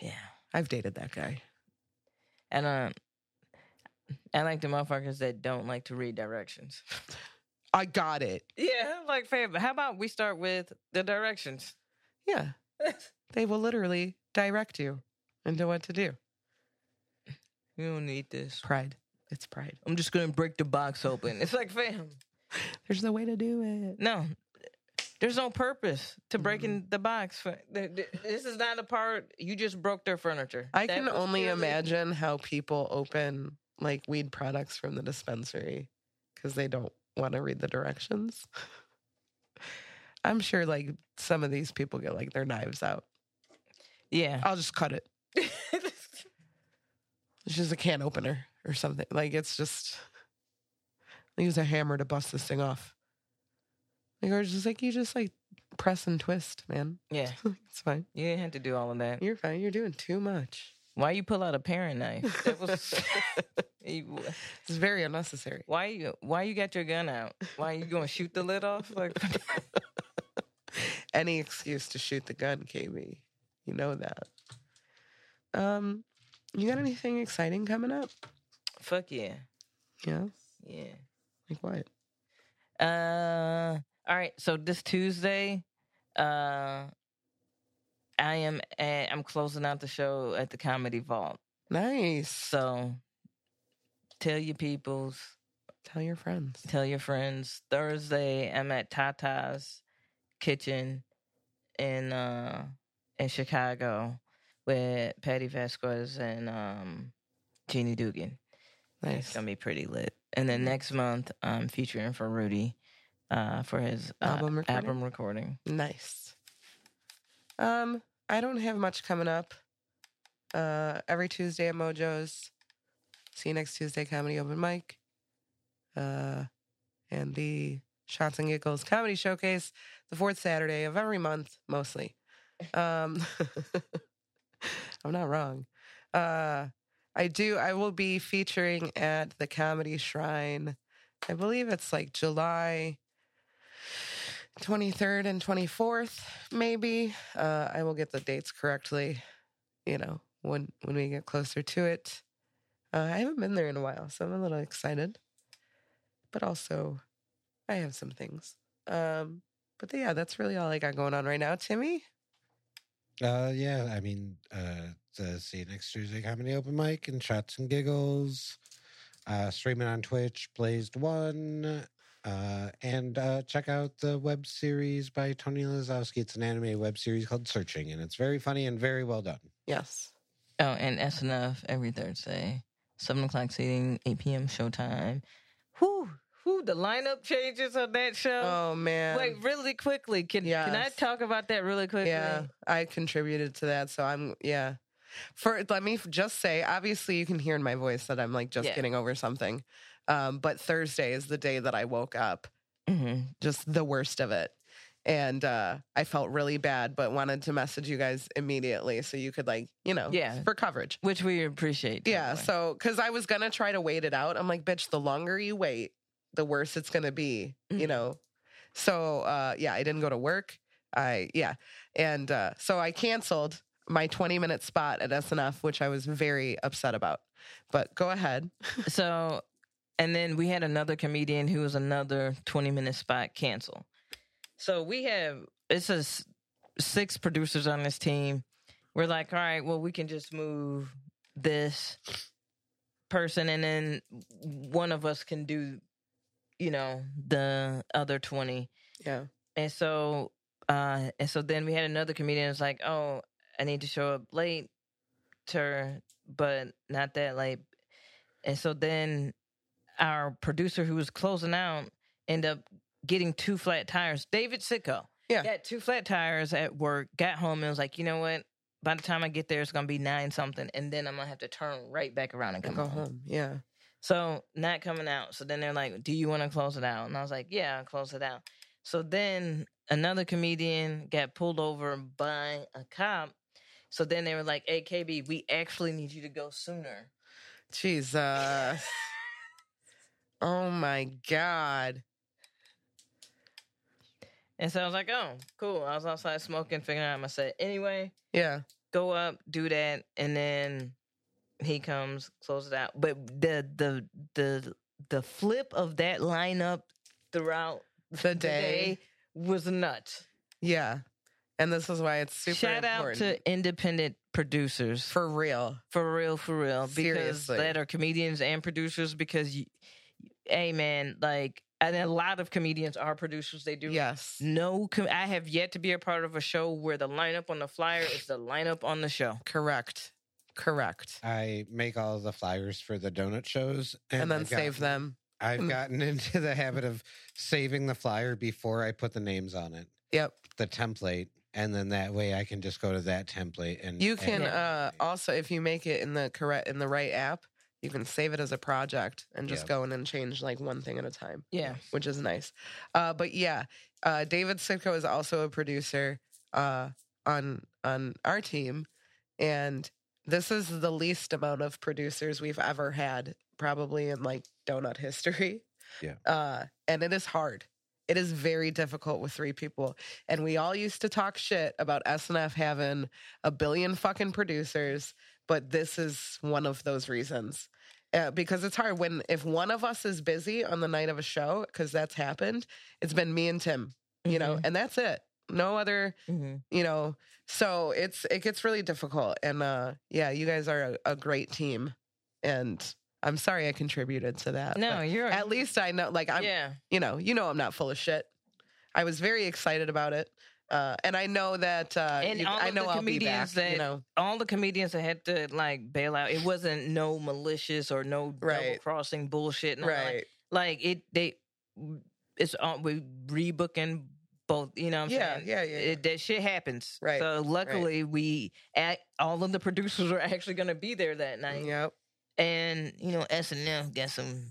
A: Yeah.
B: I've dated that guy.
A: And uh, I like the motherfuckers that don't like to read directions.
B: I got it.
A: (laughs) Yeah, like fam. How about we start with the directions?
B: Yeah. They will literally direct you into what to do.
A: (laughs) you don't need this.
B: Pride. It's pride.
A: I'm just gonna break the box open. (laughs) It's like fam.
B: There's no way to do it.
A: No, there's no purpose to breaking
B: Mm-hmm.
A: the box. fa- th- th- This is not a part. You just broke their furniture.
B: I
A: That
B: can
A: was
B: only
A: purely-
B: imagine how people open like weed products from the dispensary because they don't want to read the directions. I'm sure like some of these people get like their knives out.
A: (laughs) Yeah.
B: I'll just cut it. It's just a can opener or something. Like it's just I use a hammer to bust this thing off. Like or just like you just like press and twist, man.
A: yeah.
B: it's fine.
A: You didn't have to do all of that.
B: You're fine. You're doing too much.
A: Why you pull out a paring knife? That was. (laughs) you-
B: It's very unnecessary.
A: why you Why you got your gun out? Why you gonna shoot the lid off? Like. (laughs)
B: any excuse to shoot the gun, KB. You know that. Um, you got anything exciting coming up?
A: Fuck yeah.
B: Yeah,
A: Yeah.
B: like what?
A: Uh, all right. So this Tuesday, uh, I am at, I'm closing out the show at the Comedy Vault.
B: Nice.
A: So tell your peoples,
B: Tell your friends.
A: tell your friends. Thursday, I'm at Tata's Kitchen in uh in Chicago with Patty Vasquez and um Jeannie Dugan. It's
B: Nice Mm-hmm.
A: gonna be pretty lit. And then next month, I'm featuring for Rudy uh, for his uh,
B: Album recording?
A: Album recording.
B: nice. Um, I don't have much coming up. Uh, every Tuesday at Mojo's. See you next Tuesday, comedy open mic. Uh, and the Shots and Giggles comedy showcase, the fourth Saturday of every month, mostly. Um, (laughs) I'm not wrong. Uh, I do. I will be featuring at the Comedy Shrine. I believe it's like July 23rd and 24th, maybe. Uh, I will get the dates correctly. You know, when when we get closer to it. Uh, I haven't been there in a while, so I'm a little excited. But also, I have some things. Um, But yeah, that's really all I got going on right now. Timmy,
C: Uh, yeah, I mean, uh, the see you next Tuesday comedy open mic and shots and giggles. Uh, streaming on Twitch, Blazed One. Uh, and uh, check out the web series by Tony Lazowski. It's an animated web series called Searching, and it's very funny and very well done.
B: yes,
A: Oh, and SNF every Thursday, seven o'clock seating, eight p.m. showtime. Who who the lineup changes on that show?
B: oh man,
A: Wait, really quickly. Can can I
B: Yes.
A: talk about that really quickly?
B: yeah, I contributed to that, so I'm yeah. For let me just say, obviously, you can hear in my voice that I'm like just
A: Yeah.
B: getting over something. Um, but Thursday is the day that I woke up
A: hmm
B: just the worst of it. And uh, I felt really bad, but wanted to message you guys immediately so you could, like, you know,
A: Yeah.
B: for coverage.
A: Which we appreciate. by
B: Yeah.
A: the way.
B: So, because I was going to try to wait it out. I'm like, bitch, the longer you wait, the worse it's going to be, you
A: Mhm.
B: know? So, uh, yeah, I didn't go to work. I, yeah. And uh, so I canceled my 20 minute spot at SNF, which I was very upset about. But go ahead.
A: So, and then we had another comedian who was another 20 minute spot cancel. So we have, it's a s- six producers on this team. We're like, all right, well, we can just move this person and then one of us can do, you know, the other 20.
B: Yeah.
A: And so, uh, and so then we had another comedian who's like, "Oh, I need to show up late, later, but not that late." And so then our producer who was closing out ended up getting two flat tires. David Sicko,
B: Yeah.
A: got two flat tires at work. Got home and was like, "You know what? By the time I get there, it's gonna be nine something, and then I'm gonna have to turn right back around and come
B: Go
A: home."
B: home. Yeah.
A: So not coming out. So then they're like, "Do you want to close it out?" And I was like, "Yeah, I'll close it out." So then another comedian got pulled over by a cop. So then they were like, "Hey, KB, we actually need you to go sooner."
B: Jesus. oh my God.
A: And so I was like, "Oh, cool." I was outside smoking, figuring out my set. Anyway,
B: Yeah.
A: go up, do that, and then he comes, close it out. But the the the the flip of that lineup throughout
B: The day.
A: day was nuts.
B: Yeah. And this is why it's super
A: Shout
B: important.
A: out to independent producers for,
B: for real.
A: for real, for real, because
B: Seriously.
A: that are comedians and producers. Because, you, hey man, like, and a lot of comedians are producers. They do.
B: Yes.
A: No, com- I have yet to be a part of a show where the lineup on the flyer is the lineup on the show.
B: Correct. Correct.
C: I make all the flyers for the donut shows
B: And, then
C: I've
B: save
C: gotten-
B: them. (laughs)
C: I've gotten into the habit of saving the flyer before I put the names on it,
B: Yep.
C: the template, and then that way I can just go to that template and
B: You
C: and-
B: can
A: Yeah.
B: uh also if you make it in the correct in the right app, you can save it as a project and just
C: Yeah.
B: go in and change like one thing at a time.
A: Yeah.
B: Which is nice. Uh but yeah, uh David Sitko is also a producer uh on on our team and this is the least amount of producers we've ever had probably in like donut history.
C: Yeah.
B: Uh and it is hard. It is very difficult with three people. And we all used to talk shit about SNF having a billion fucking producers, but this is one of those reasons. Uh, because it's hard when if one of us is busy on the night of a show, because that's happened, it's been me and Tim, you know,
A: Mm-hmm.
B: and that's it. No other
A: Mhm.
B: you know so it's it gets really difficult and uh yeah you guys are a, a great team and i'm sorry i contributed to that
A: Uh, No,
B: but
A: you're
B: at least i know like i'm
A: yeah,
B: you know you know i'm not full of shit i was very excited about it uh and i know that uh
A: And
B: you-
A: all
B: i
A: of
B: know
A: the
B: i'll be back
A: comedians that-
B: you know
A: all the comedians that had to like bail out. It wasn't no malicious or no double
B: Right.
A: crossing bullshit. nothing like
B: right
A: like it they it's on we rebooking both you know what i'm
B: yeah,
A: saying
B: yeah yeah yeah
A: It, that shit happens
B: Right,
A: so luckily we act, all of the producers (laughs) are actually going to be there that night
B: yep
A: and you know snl got some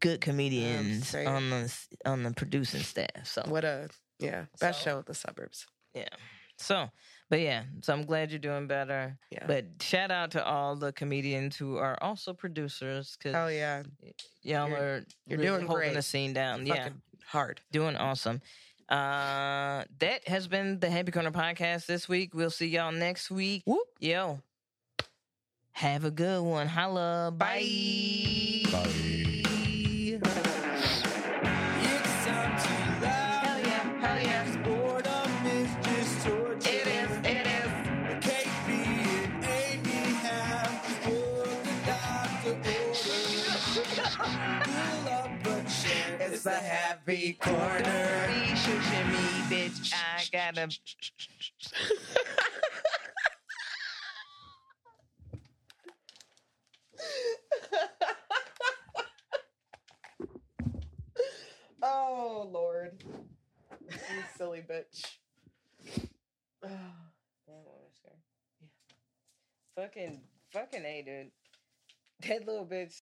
A: good comedians
B: saying.
A: on the on the producing staff so
B: what a yeah best
A: So-
B: show in the suburbs
A: so but yeah so i'm glad you're doing better
B: Yeah.
A: but shout out to all the comedians who are also producers because
B: hell yeah
A: y'all
B: You're-
A: are
B: you're
A: really
B: doing
A: holding
B: great.
A: the scene down yeah
B: Fucking hard
A: Doing awesome. Uh, that has been the Happy Corner podcast this week. We'll see y'all next week.
B: Whoop.
A: Yo, have a good one. Holla. Bye.
B: Bye.
A: Hell yeah. Hell yeah.
D: It's the happy corner.
B: Be shushing me, bitch. I gotta.
D: Oh Lord, you silly bitch. (sighs)
B: That one was her. Fucking, fucking A, dude. That little bitch